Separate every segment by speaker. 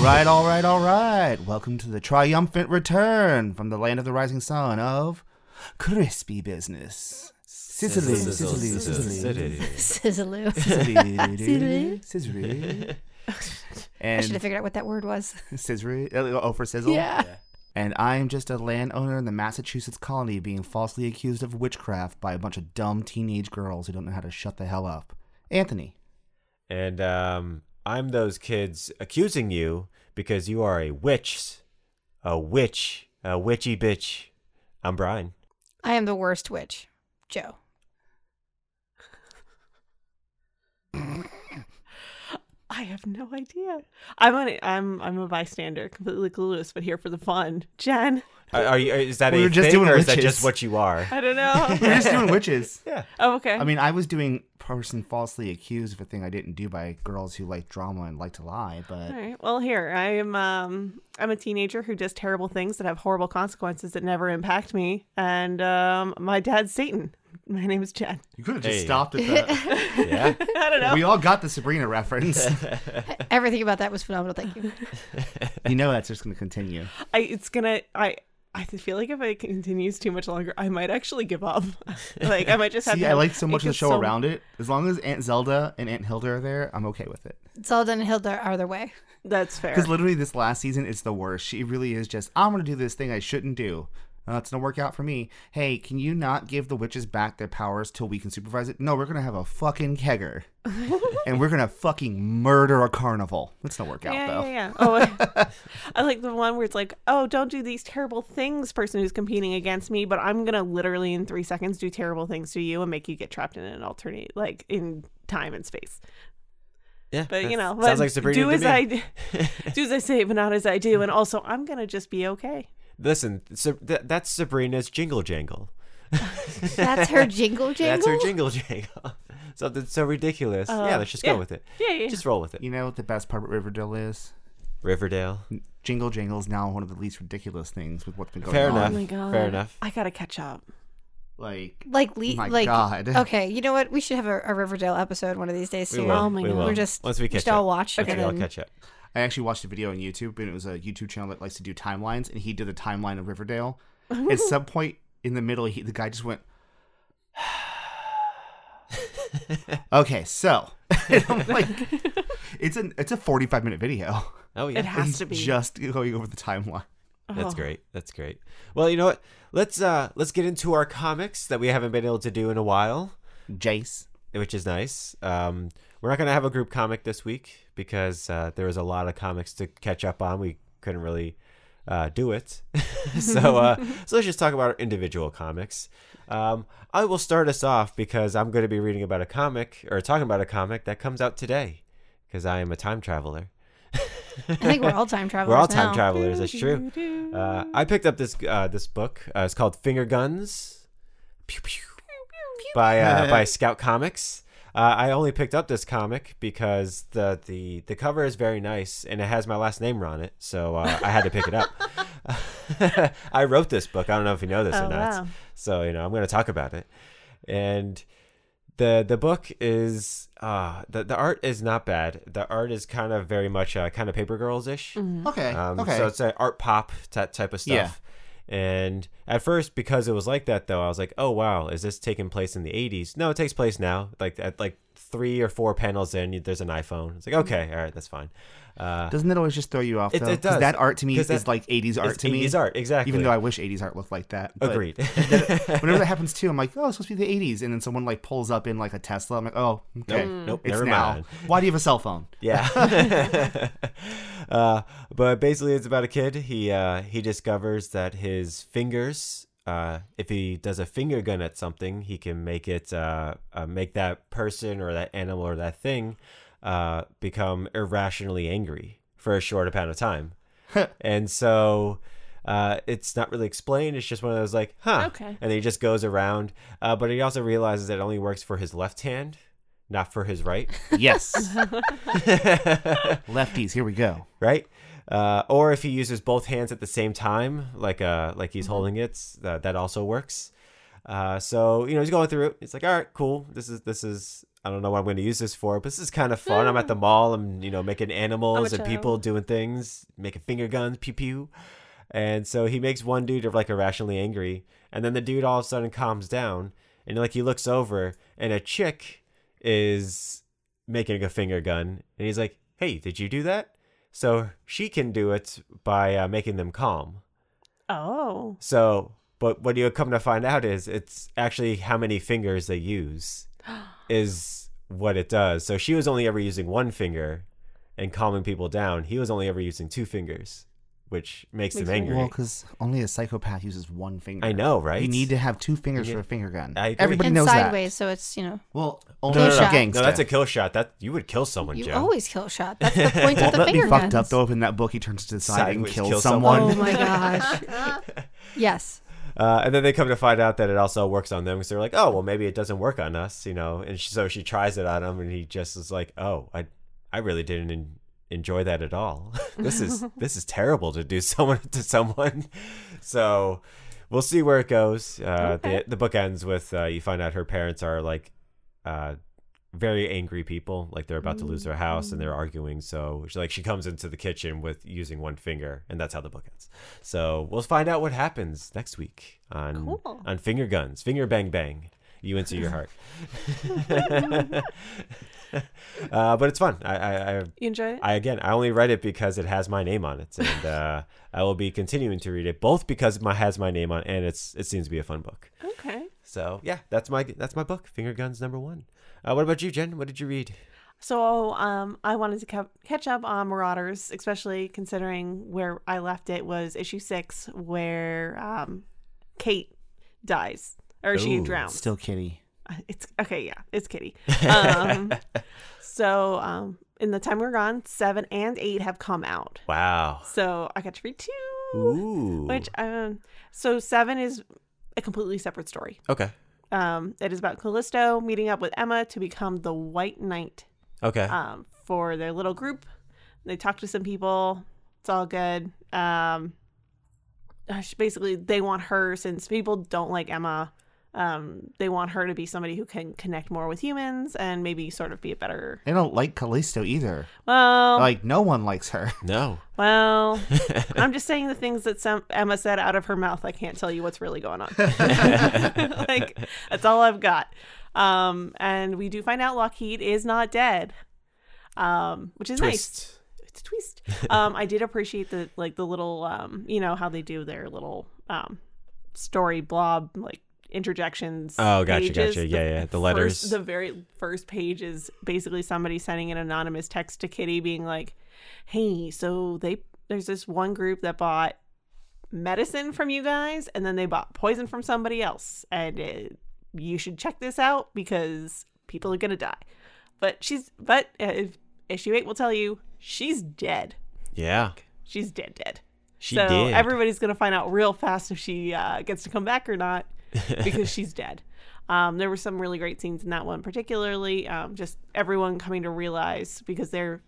Speaker 1: right, all right, all right. Welcome to the triumphant return from the land of the rising sun of crispy business. Sicily, Sicily, Sicily,
Speaker 2: Sizzaloo.
Speaker 1: Sicily, Sicily,
Speaker 2: I should have
Speaker 1: and
Speaker 2: figured out what that word was.
Speaker 1: Sicily. Oh, for sizzle. And I am just a landowner in the Massachusetts colony being falsely accused of witchcraft by a bunch of dumb teenage girls who don't know how to shut the hell up. Anthony.
Speaker 3: And um, I'm those kids accusing you because you are a witch, a witch, a witchy bitch. I'm Brian.
Speaker 2: I am the worst witch. Joe.
Speaker 4: I have no idea. I'm on. I'm I'm a bystander, completely clueless, but here for the fun. Jen,
Speaker 3: Are, are you? Is that
Speaker 1: We
Speaker 3: a
Speaker 1: were just
Speaker 3: thing,
Speaker 1: doing
Speaker 3: or is that
Speaker 1: witches.
Speaker 3: just what you are?
Speaker 4: I don't know.
Speaker 1: We're just doing witches.
Speaker 4: oh, okay.
Speaker 1: I mean, I was doing person falsely accused of a thing I didn't do by girls who like drama and like to lie, but
Speaker 4: all right. Well, here I am. Um, I'm a teenager who does terrible things that have horrible consequences that never impact me, and um, my dad's Satan. My name is Jen.
Speaker 1: you could have
Speaker 3: just Hey.
Speaker 1: stopped at that.
Speaker 3: Yeah.
Speaker 4: I don't know.
Speaker 1: we all got the Sabrina reference.
Speaker 2: Everything about that was phenomenal. Thank you.
Speaker 1: you know that's just going to continue.
Speaker 4: I, it's gonna. I I feel like if it continues too much longer, I might actually give up. like I might just have.
Speaker 1: See,
Speaker 4: to,
Speaker 1: I like so much of the
Speaker 4: it's
Speaker 1: show
Speaker 4: so-
Speaker 1: around it. As long as Aunt Zelda and Aunt Hilda are there, I'm okay with it.
Speaker 2: Zelda and Hilda are their way.
Speaker 4: That's fair.
Speaker 1: Because literally, this last season is the worst. She really is just, I'm going to do this thing I shouldn't do. Uh, it's going to work out for me. Hey, can you not give the witches back their powers till we can supervise it? No, we're going to have a fucking kegger. and we're going to fucking murder a carnival. It's not work out,
Speaker 4: yeah,
Speaker 1: though.
Speaker 4: yeah, yeah. Oh, I, I like the one where it's like, oh, don't do these terrible things, person who's competing against me, but I'm gonna literally in three seconds do terrible things to you and make you get trapped in an alternate, like in time and space.
Speaker 3: Yeah.
Speaker 4: But you
Speaker 3: that's-
Speaker 4: know,
Speaker 3: sounds
Speaker 4: but
Speaker 3: like Sabrina.
Speaker 4: do
Speaker 3: to
Speaker 4: as
Speaker 3: me.
Speaker 4: I d- do as I say, but not as I do, and also I'm gonna just be okay.
Speaker 3: Listen, so th- that's Sabrina's jingle jangle.
Speaker 2: That's her jingle jangle.
Speaker 3: That's her jingle jangle. Something so ridiculous. yeah, let's just go
Speaker 4: Uh, yeah.
Speaker 3: with it.
Speaker 4: Yeah, yeah.
Speaker 3: Just roll with it.
Speaker 1: You know what the best part about Riverdale is?
Speaker 3: Riverdale.
Speaker 1: Jingle Jangle is now one of the least ridiculous things with what's been going
Speaker 3: Fair
Speaker 1: on.
Speaker 3: enough.
Speaker 4: Oh my god,
Speaker 3: Fair enough.
Speaker 4: I gotta catch up.
Speaker 1: Like,
Speaker 2: like le-
Speaker 1: My
Speaker 2: like
Speaker 1: God.
Speaker 2: okay you know what we should have a, a riverdale episode one of these days soon
Speaker 3: will.
Speaker 4: Oh my
Speaker 3: we
Speaker 4: God.
Speaker 3: will.
Speaker 2: we're just
Speaker 3: once we catch
Speaker 2: should all
Speaker 3: up.
Speaker 2: watch
Speaker 3: Once
Speaker 2: and
Speaker 3: we all
Speaker 2: then-
Speaker 3: catch up.
Speaker 1: I actually watched a video on YouTube, and it was a YouTube channel that likes to do timelines, and he did the timeline of Riverdale. At some point in the middle, he, the guy just went, "Okay, so," And I'm like, "It's an it's a 45 minute video.
Speaker 3: Oh yeah.
Speaker 4: It has
Speaker 1: He's
Speaker 4: to be.
Speaker 1: just going over the timeline."
Speaker 3: That's
Speaker 4: Oh.
Speaker 3: great. That's great. Well, you know what? Let's uh let's get into our comics that we haven't been able to do in a while,
Speaker 1: Jace,
Speaker 3: which is nice. Um we're not going to have a group comic this week because uh there was a lot of comics to catch up on. We couldn't really uh, do it. so uh, so let's just talk about our individual comics. Um, I will start us off because I'm going to be reading about a comic or talking about a comic that comes out today because I am a time traveler.
Speaker 2: i think we're all time travelers
Speaker 3: We're all time
Speaker 2: now.
Speaker 3: travelers. That's true. Uh, I picked up this uh, this book. Uh, it's called Finger Guns, pew, pew, by uh, by Scout Comics. Uh, I only picked up this comic because the, the the cover is very nice and it has my last name on it, so uh, I had to pick it up. I wrote this book. I don't know if you know this
Speaker 4: Oh,
Speaker 3: or not.
Speaker 4: wow.
Speaker 3: So you know, I'm going to talk about it. And the the book is uh, the the art is not bad. The art is kind of very much uh, kind of paper girls ish.
Speaker 1: Mm-hmm. okay,
Speaker 3: Um,
Speaker 1: okay,
Speaker 3: So it's an art pop ty- type of
Speaker 1: Yeah.
Speaker 3: stuff. And at first, because it was like that, though, I was like, "Oh wow, is this taking place in the '80s?" No, it takes place now. Like at like three or four panels in, there's an iPhone. It's like, okay, all right, that's fine. Uh,
Speaker 1: doesn't that always just throw you off?
Speaker 3: It-
Speaker 1: though?
Speaker 3: it
Speaker 1: 'Cause
Speaker 3: does.
Speaker 1: That art to me
Speaker 3: 'Cause
Speaker 1: is
Speaker 3: that-
Speaker 1: like '80s art
Speaker 3: it's
Speaker 1: to me.
Speaker 3: 80s art, exactly.
Speaker 1: Even though I wish '80s art looked like that. but-
Speaker 3: agreed.
Speaker 1: Whenever that happens too, I'm like, oh, it's supposed to be the 80s, and then someone like pulls up in like a Tesla. I'm like, oh, okay,
Speaker 3: Nope, nope,
Speaker 1: it's
Speaker 3: never
Speaker 1: now.
Speaker 3: mind.
Speaker 1: Why do you have a cell phone?
Speaker 3: Yeah. uh, but basically, it's about a kid. He uh, he discovers that his fingers, uh, if he does a finger gun at something, he can make it uh, uh, make that person or that animal or that thing uh, become irrationally angry for a short amount of time. and so. Uh, it's not really explained. It's just one of those like, huh?
Speaker 4: Okay.
Speaker 3: And he just goes around. Uh, but he also realizes that it only works for his left hand, not for his right.
Speaker 1: Yes, lefties. Here we go.
Speaker 3: right? Uh, or if he uses both hands at the same time, like uh, like he's holding it, uh, that also works. Uh, so you know he's going through it. It's like, all right, cool. This is this is I don't know what I'm going to use this for, but this is kind of fun. I'm at the mall. I'm, you know, making animals and people doing things, making finger guns, pew pew. And so he makes one dude like irrationally angry, and then the dude all of a sudden calms down, and like he looks over, and a chick is making a finger gun, and he's like, "Hey, did you do that?" So she can do it by uh, making them calm.
Speaker 4: Oh.
Speaker 3: So, but what you come to find out is it's actually how many fingers they use is what it does. So she was only ever using one finger and calming people down. He was only ever using two fingers, which makes,
Speaker 4: Makes
Speaker 3: him
Speaker 4: him-
Speaker 3: angry.
Speaker 1: Well, because only a psychopath uses one finger.
Speaker 3: I know, right?
Speaker 1: You need to have two fingers
Speaker 3: Yeah.
Speaker 1: for a finger gun.
Speaker 3: I agree.
Speaker 1: Everybody
Speaker 2: and
Speaker 1: knows
Speaker 2: sideways,
Speaker 1: that.
Speaker 2: so it's you know
Speaker 1: Well,
Speaker 3: no,
Speaker 1: only
Speaker 3: no,
Speaker 2: Kill
Speaker 3: no,
Speaker 2: shot.
Speaker 1: gangster.
Speaker 3: no, that's a kill shot. That you would kill someone,
Speaker 2: you
Speaker 3: Joe.
Speaker 2: always kill shot. That's the point of
Speaker 1: Won't
Speaker 2: the
Speaker 1: that be
Speaker 2: finger
Speaker 1: fucked
Speaker 2: guns.
Speaker 1: up though? If in that book he turns to the side
Speaker 3: Sideways,
Speaker 1: and kills
Speaker 3: kill
Speaker 1: someone.
Speaker 2: Oh my gosh. yes.
Speaker 3: Uh, and then they come to find out that it also works on them because they're like, oh, well, maybe it doesn't work on us, you know. And she, so she tries it on him, and he just is like, oh, I, I really didn't en- enjoy that at all. this is this is terrible to do someone to someone. So we'll see where it goes. Uh,
Speaker 4: Okay.
Speaker 3: The the book ends with uh, you find out her parents are like. Uh, very angry people like they're about to lose their house and they're arguing so she like she comes into the kitchen with using one finger and that's how the book ends so we'll find out what happens next week on
Speaker 4: Cool.
Speaker 3: on finger guns finger bang bang you into your heart uh, but it's fun I, I i
Speaker 4: You enjoy it?
Speaker 3: I again, I only read it because it has my name on it, and uh, I will be continuing to read it both because it my- has my name on, it and it's it seems to be a fun book.
Speaker 4: okay.
Speaker 3: So yeah, that's my that's my book, Finger Guns number one. Uh, what about you, Jen? What did you read?
Speaker 4: So um, I wanted to ca- catch up on Marauders, especially considering where I left it was issue six, where um, Kate dies or she
Speaker 3: Ooh,
Speaker 4: drowns. Uh,
Speaker 1: Still
Speaker 3: Oh.
Speaker 1: kitty.
Speaker 4: It's okay, yeah, it's Kitty. Um, so um, in the time we're gone, seven and eight have come out.
Speaker 3: Wow.
Speaker 4: So I got to read two,
Speaker 3: Ooh.
Speaker 4: which um, so seven is a completely separate story.
Speaker 3: okay.
Speaker 4: Um, it is about Callisto meeting up with Emma to become the White Knight
Speaker 3: Okay.
Speaker 4: um, for their little group. They talk to some people. It's all good. Um, uh, she- basically, they want her since people don't like Emma. Um, they want her to be somebody who can connect more with humans and maybe sort of be a better.
Speaker 1: They don't like Callisto either.
Speaker 2: Oh.
Speaker 4: Well,
Speaker 1: Like no one likes her.
Speaker 3: no.
Speaker 4: well, I'm just saying the things that some Emma said out of her mouth. I can't tell you what's really going on. like that's all I've got. Um, and we do find out Lockheed is not dead, um, which is nice.
Speaker 3: Twist.
Speaker 4: it's a twist. um, I did appreciate the like the little um, you know how they do their little um, story blob like interjections.
Speaker 3: Oh, gotcha,
Speaker 4: pages.
Speaker 3: gotcha. Yeah, yeah. The
Speaker 4: first-
Speaker 3: letters.
Speaker 4: the very first page is basically somebody sending an anonymous text to Kitty, being like, "Hey, so they there's this one group that bought medicine from you guys, and then they bought poison from somebody else, and it, you should check this out because people are gonna die." But she's but uh, if issue eight will tell you she's dead.
Speaker 3: Yeah.
Speaker 4: She's dead, dead.
Speaker 3: She
Speaker 4: so
Speaker 3: did.
Speaker 4: everybody's gonna find out real fast if she uh, gets to come back or not because she's dead. Um, there were some really great scenes in that one, particularly um, just everyone coming to realize because they're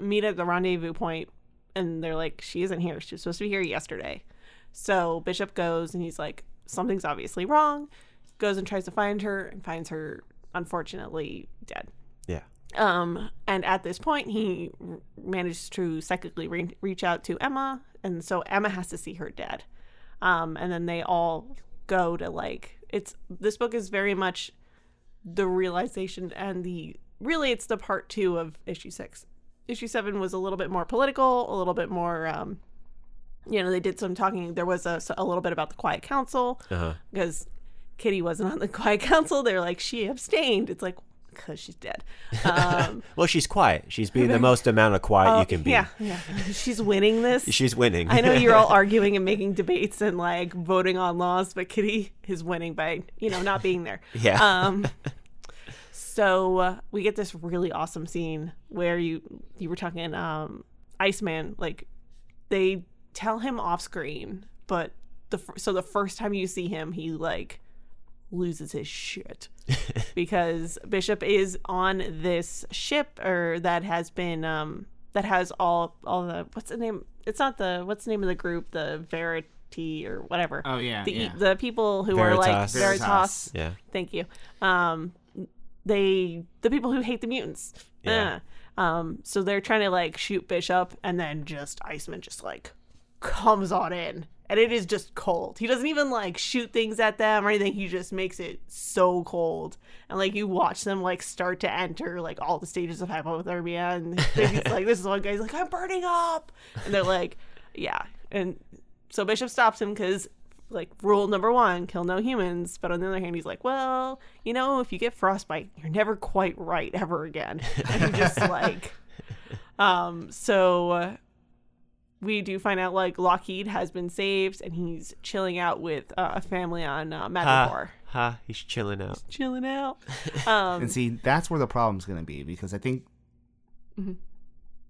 Speaker 4: meet at the rendezvous point and they're like, she isn't here. She was supposed to be here yesterday. So Bishop goes and he's like, something's obviously wrong. Goes and tries to find her and finds her unfortunately dead.
Speaker 3: yeah.
Speaker 4: Um, and at this point, he r- manages to psychically re- reach out to Emma, and so Emma has to see her dad. Um, and then they all go to like it's this book is very much the realization and the really it's the part two of issue six. Issue seven was a little bit more political, a little bit more. Um, you know, they did some talking. There was a, a little bit about the Quiet Council
Speaker 3: Uh-huh.
Speaker 4: because Kitty wasn't on the Quiet Council. They're like she abstained. It's like because she's dead. Um,
Speaker 3: Well, she's quiet. She's being the most amount of quiet
Speaker 4: oh,
Speaker 3: you can be.
Speaker 4: Yeah, yeah. She's winning this.
Speaker 3: She's winning.
Speaker 4: I know you're all arguing and making debates and like voting on laws, but Kitty is winning by you know not being there.
Speaker 3: Yeah.
Speaker 4: Um. So uh, we get this really awesome scene where you you were talking um Iceman like they tell him off screen, but the fir- so the first time you see him, he like loses his shit because Bishop is on this ship or that has been um that has all all the what's the name? It's not the what's the name of the group? The Verity or whatever.
Speaker 2: e
Speaker 1: Oh, yeah,
Speaker 4: the
Speaker 1: yeah.
Speaker 4: the people who are like
Speaker 3: Veritas.
Speaker 4: Veritas.
Speaker 1: Veritas.
Speaker 3: yeah.
Speaker 4: Thank you. Um, they the people who hate the mutants.
Speaker 3: Yeah.
Speaker 4: Uh, Um, so they're trying to like shoot Fish up, and then just Iceman just like comes on in, and it is just cold. He doesn't even like shoot things at them or anything. He just makes it so cold, and like you watch them like start to enter like all the stages of hypothermia, and he's like, this is one guy's like, I'm burning up, and they're like, yeah, and so Bishop stops him because like rule number one, kill no humans. But on the other hand, he's like, well, you know, if you get frostbite, you're never quite right ever again. And you just like, um, so uh, we do find out like Lockheed has been saved and he's chilling out with uh, a family on uh, Madripoor.
Speaker 3: Ha, ha, he's chilling out.
Speaker 4: Chilling out. Um,
Speaker 1: And see, that's where the problem's going to be because I think
Speaker 4: Mm-hmm.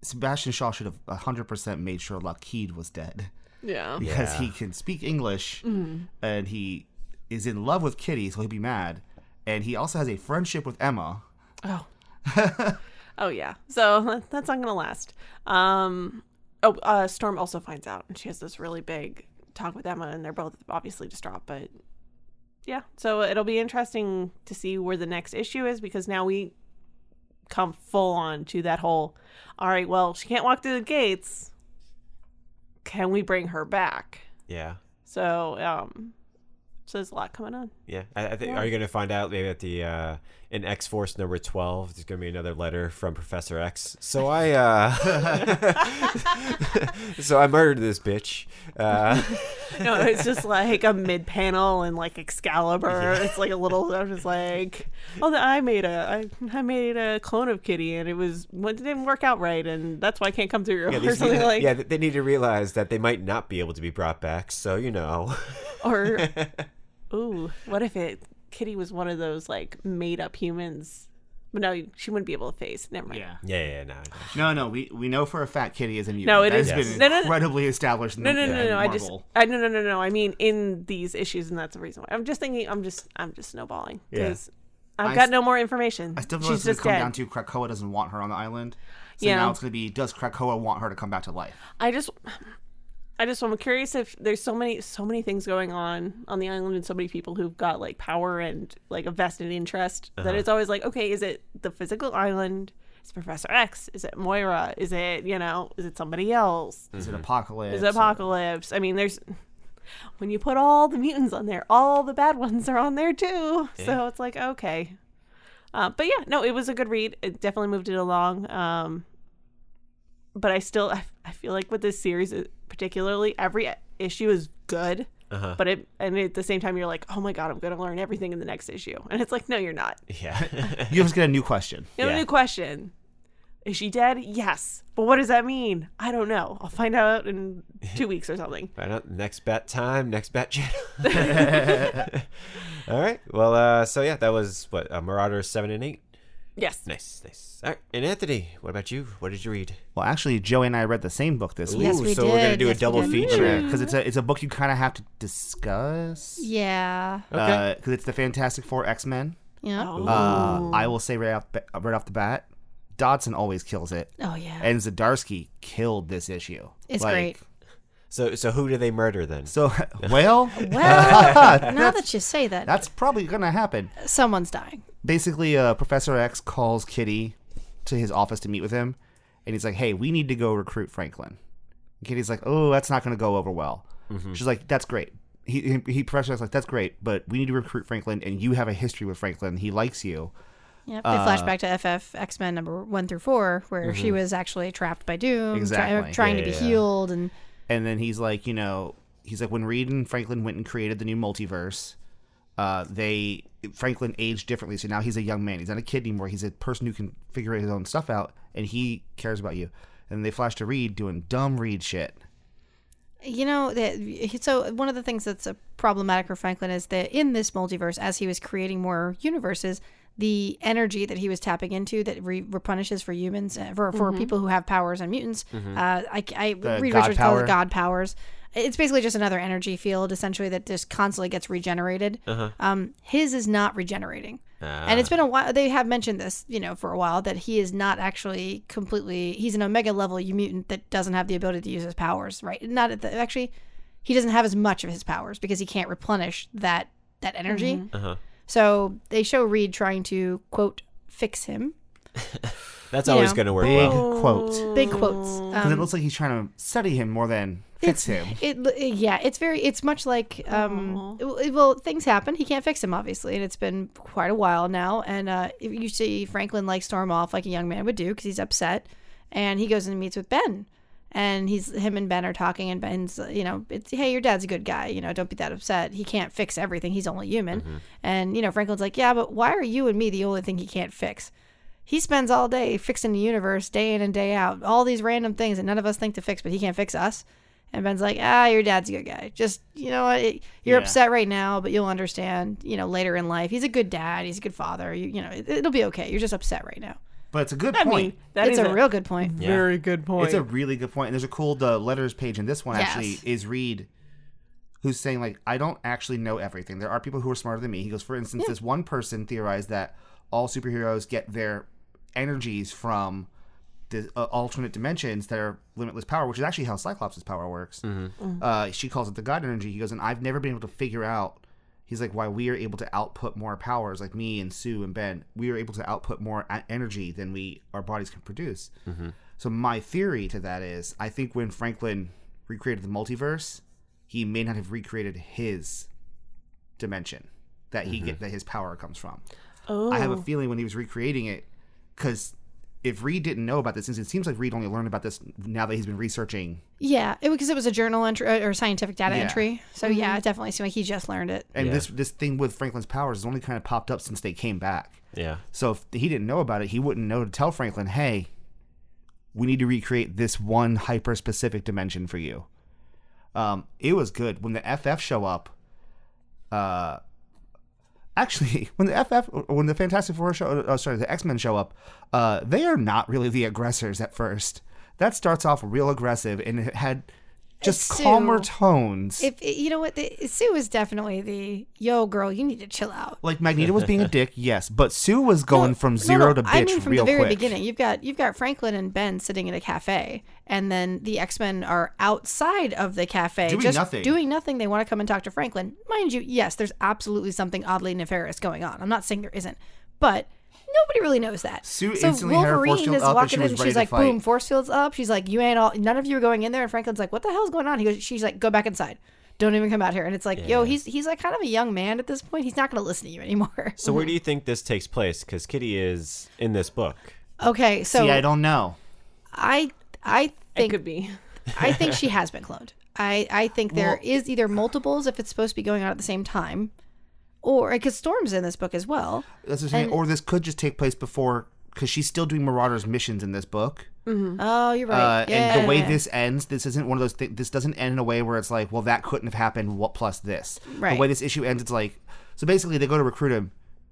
Speaker 1: Sebastian Shaw should have 100% made sure Lockheed was dead
Speaker 4: yeah.
Speaker 1: because
Speaker 3: Yeah.
Speaker 1: he can speak English
Speaker 4: Mm-hmm.
Speaker 1: and he is in love with Kitty, so he'll be mad. And he also has a friendship with Emma.
Speaker 4: Oh. oh yeah. So that- that's not gonna last. Um. Oh, uh, Storm also finds out, and she has this really big talk with Emma, and they're both obviously distraught. But yeah, so it'll be interesting to see where the next issue is because now we come full on to that whole. All right, well, she can't walk through the gates. Can we bring her back?
Speaker 3: Yeah.
Speaker 4: So, um, so there's a lot coming on.
Speaker 3: Yeah, I, I think. Are you going to find out maybe at the uh, in X Force number twelve? There's going to be another letter from Professor X. So I, uh, so I murdered this bitch. Uh,
Speaker 4: No, it's just like a mid panel and like Excalibur. It's like a little. I'm just like, oh, the- I made a, I, I made a clone of Kitty, and it was well, it didn't work out right, and that's why I can't come through your
Speaker 3: yeah,
Speaker 4: or
Speaker 3: these-
Speaker 4: something like,
Speaker 3: yeah, they need to realize that they might not be able to be brought back. So you know,
Speaker 4: or, ooh, what if it Kitty was one of those like made up humans? But no, she wouldn't be able to face. Never mind.
Speaker 3: yeah, yeah, no,
Speaker 1: No, no, we, we know for a fact Kitty is a mutant.
Speaker 4: No, it
Speaker 1: That
Speaker 4: is-
Speaker 1: has
Speaker 4: Yes.
Speaker 1: been
Speaker 4: No, no, no.
Speaker 1: incredibly established in
Speaker 4: No, no,
Speaker 1: the-
Speaker 4: no, no,
Speaker 1: in
Speaker 4: no. I just,
Speaker 1: Marvel.
Speaker 4: I no, no, no, no. I mean, in these issues, and that's the reason why. I'm just thinking. I'm just, I'm just snowballing
Speaker 3: Yeah.
Speaker 4: because I've
Speaker 1: I
Speaker 4: got
Speaker 1: s-
Speaker 4: no more information.
Speaker 1: I still feel it's
Speaker 4: She's
Speaker 1: going
Speaker 4: just
Speaker 1: to come
Speaker 4: dead.
Speaker 1: down to Krakoa doesn't want her on the island. So
Speaker 4: Yeah.
Speaker 1: now it's going to be does Krakoa want her to come back to life?
Speaker 4: I just I just I'm curious if there's so many so many things going on on the island and so many people who've got like power and like a vested interest that it's always like okay is it the physical island is it Professor X is it Moira is it you know is it somebody else
Speaker 1: Is it
Speaker 3: Mm-hmm.
Speaker 1: Apocalypse?
Speaker 4: is it Apocalypse I mean there's when you put all the mutants on there all the bad ones are on there too so it's like okay uh, but yeah no it was a good read it definitely moved it along um but I still I, I feel like with this series uh, particularly every issue is good
Speaker 3: Uh-huh.
Speaker 4: but it and at the same time you're like oh my god I'm gonna learn everything in the next issue and it's like no you're not
Speaker 3: yeah,
Speaker 1: You just get a new question.
Speaker 4: you have
Speaker 3: Yeah.
Speaker 4: a new question is she dead yes but what does that mean I don't know I'll find out in two weeks or something
Speaker 3: Find out next bat time, next bat channel. All right. Well, uh, so yeah, that was what uh, Marauder seven and eight.
Speaker 4: yes
Speaker 3: Nice, nice. All right. And Anthony, what about you? What did you read?
Speaker 1: Well, actually, Joey and I read the same book this week
Speaker 2: Yes, we
Speaker 3: so we're gonna
Speaker 2: did.
Speaker 3: do a
Speaker 2: Yes, we
Speaker 3: double
Speaker 2: did.
Speaker 3: feature.
Speaker 1: because it's a it's a book you kind of have to discuss.
Speaker 2: Yeah.
Speaker 1: Because it's the Fantastic Four X Men.
Speaker 2: Yeah. Oh,
Speaker 1: Uh, I will say right off ba- right off the bat, Dodson always kills it,
Speaker 3: Oh.
Speaker 2: Oh, yeah.
Speaker 1: and Zadarsky killed this issue.
Speaker 2: It's great.
Speaker 3: So, so who do they murder then?
Speaker 1: So well,
Speaker 2: well, now that you say that,
Speaker 1: that's probably gonna happen.
Speaker 2: someone's dying.
Speaker 1: basically uh, Professor X calls Kitty to his office to meet with him, and he's like, "Hey, we need to go recruit Franklin." And Kitty's like, "Oh, that's not going to go over well." She's like, "That's great." He, he, he Professor X's like, "That's great, but we need to recruit Franklin, and you have a history with Franklin. He likes you."
Speaker 2: Yep. They
Speaker 3: Uh,
Speaker 2: flash back to FF X Men number one through four, where she was actually trapped by Doom, try-
Speaker 1: Exactly.
Speaker 2: trying to be
Speaker 3: mm-hmm. Yeah.
Speaker 2: healed, and
Speaker 1: And then he's like, you know, he's like, when Reed and Franklin went and created the new multiverse, uh, they Franklin aged differently, so now he's a young man. He's not a kid anymore. He's a person who can figure his own stuff out, and he cares about you. And they flash to Reed doing dumb Reed shit.
Speaker 2: You know that. So one of the things that's a problematic for Franklin is that in this multiverse, as he was creating more universes, the energy that he was tapping into that re- replenishes for humans uh, for, for people who have powers and mutants. Uh, I, I read
Speaker 1: Mm-hmm. God
Speaker 2: Richards calls
Speaker 1: power.
Speaker 2: it God powers. It's basically just another energy field, essentially that just constantly gets regenerated.
Speaker 1: Uh-huh.
Speaker 2: Um, his is not regenerating.
Speaker 3: Uh,
Speaker 2: And it's been a while. They have mentioned this, you know, for a while that he is not actually completely. He's an omega level mutant that doesn't have the ability to use his powers, right? Not at the, actually, he doesn't have as much of his powers because he can't replenish that that energy. So they show Reed trying to quote fix him.
Speaker 3: That's
Speaker 2: You
Speaker 3: always
Speaker 2: know.
Speaker 3: going to work
Speaker 1: Big
Speaker 3: well.
Speaker 1: quote.
Speaker 2: Big quotes.
Speaker 1: Because it
Speaker 2: Um,
Speaker 1: looks like he's trying to study him more than fix him.
Speaker 2: It l- yeah, it's very it's much like um it- it- well things happen. He can't fix them obviously, and it's been quite a while now. And uh, if you see Franklin like storm off like a young man would do because he's upset, and he goes and meets with Ben, and he's him and Ben are talking, and Ben's uh, you know it's hey your dad's a good guy you know don't be that upset. He can't fix everything. He's only human, and you know Franklin's like yeah, but why are you and me the only thing he can't fix? He spends all day fixing the universe, day in and day out, all these random things that none of us think to fix, but he can't fix us. And Ben's like, ah, your dad's a good guy. Just, you know, what, it, you're
Speaker 1: Yeah.
Speaker 2: upset right now, but you'll understand, you know, later in life. He's a good dad. He's a good father. You, you know, it, it'll be okay. You're just upset right now.
Speaker 1: But it's a good
Speaker 4: I
Speaker 1: point.
Speaker 4: mean, that
Speaker 2: it's
Speaker 4: is
Speaker 2: a, real good point.
Speaker 4: very good point.
Speaker 1: It's a really good point. And there's a cool the letters page in this one
Speaker 2: Yes.
Speaker 1: actually is Reed who's saying like I don't actually know everything. There are people who are smarter than me. He goes, for instance, this one person theorized that all superheroes get their energies from the uh, alternate dimensions that are limitless power, which is actually how Cyclops' power works. Uh, she calls it the God energy. He goes, and I've never been able to figure out. He's like, why we are able to output more powers, like me and Sue and Ben, we are able to output more a- energy than we our bodies can produce. So my theory to that is, I think when Franklin recreated the multiverse, he may not have recreated his dimension that he get that his power comes from.
Speaker 4: oh,
Speaker 1: I have a feeling when he was recreating it, because if Reed didn't know about this, since it seems like Reed only learned about this now that he's been researching,
Speaker 2: Yeah. Because it, was a journal entry uh, or scientific data
Speaker 1: Yeah.
Speaker 2: entry. So, yeah, it definitely seemed like he just learned it.
Speaker 1: and
Speaker 3: Yeah.
Speaker 1: this this thing with Franklin's powers has only kind of popped up since they came back.
Speaker 3: Yeah.
Speaker 1: So if he didn't know about it, he wouldn't know to tell Franklin, "Hey, we need to recreate this one hyper specific dimension for you." Um, it was good when the FF show up. Uh, actually, when the FF, or when the Fantastic Four show, oh, sorry, the X Men show up, uh, they are not really the aggressors at first. That starts off real aggressive and it had just
Speaker 2: It's
Speaker 1: calmer
Speaker 2: Sue.
Speaker 1: tones.
Speaker 2: If You know what? The, Sue is definitely the, yo, girl, you need to chill out.
Speaker 1: like Magneto was being a dick, yes, but Sue was going
Speaker 2: No,
Speaker 1: from
Speaker 2: no,
Speaker 1: zero
Speaker 2: no,
Speaker 1: to bitch
Speaker 2: I mean, from
Speaker 1: real
Speaker 2: the very
Speaker 1: quick.
Speaker 2: beginning, you've got you've got Franklin and Ben sitting at a cafe, and then the X Men are outside of the cafe,
Speaker 1: Doing
Speaker 2: just
Speaker 1: nothing.
Speaker 2: doing nothing. They want to come and talk to Franklin, mind you. Yes, there's absolutely something oddly nefarious going on. I'm not saying there isn't, but nobody really knows that.
Speaker 1: Sue
Speaker 2: so
Speaker 1: instantly had her force
Speaker 2: Wolverine
Speaker 1: field
Speaker 2: is
Speaker 1: up and she
Speaker 2: walking
Speaker 1: was
Speaker 2: in, and
Speaker 1: ready
Speaker 2: she's
Speaker 1: to
Speaker 2: like,
Speaker 1: fight.
Speaker 2: boom, force fields up. She's like, you ain't all, none of you are going in there. And Franklin's like, what the hell's going on? He goes, she's like, go back inside. Don't even come out here. And it's like, yo, he's he's like kind of a young man at this point. He's not going to listen to you anymore.
Speaker 3: So where do you think this takes place? Because Kitty is in this book.
Speaker 2: Okay, so
Speaker 1: See, I don't know.
Speaker 2: I I
Speaker 4: it
Speaker 2: think
Speaker 4: could be.
Speaker 2: I think she has been cloned. I I think there is either multiples if it's supposed to be going on at the same time, or because Storm's in this book as well.
Speaker 1: That's what I'm saying. Or this could just take place before, because she's still doing Marauder's missions in this book.
Speaker 2: Oh, you're right.
Speaker 1: Uh,
Speaker 2: yeah.
Speaker 1: And the way this ends, this isn't one of those things. This doesn't end in a way where it's like, well, that couldn't have happened. What plus this?
Speaker 2: Right.
Speaker 1: The way this issue ends, it's like, so basically they go to recruit him.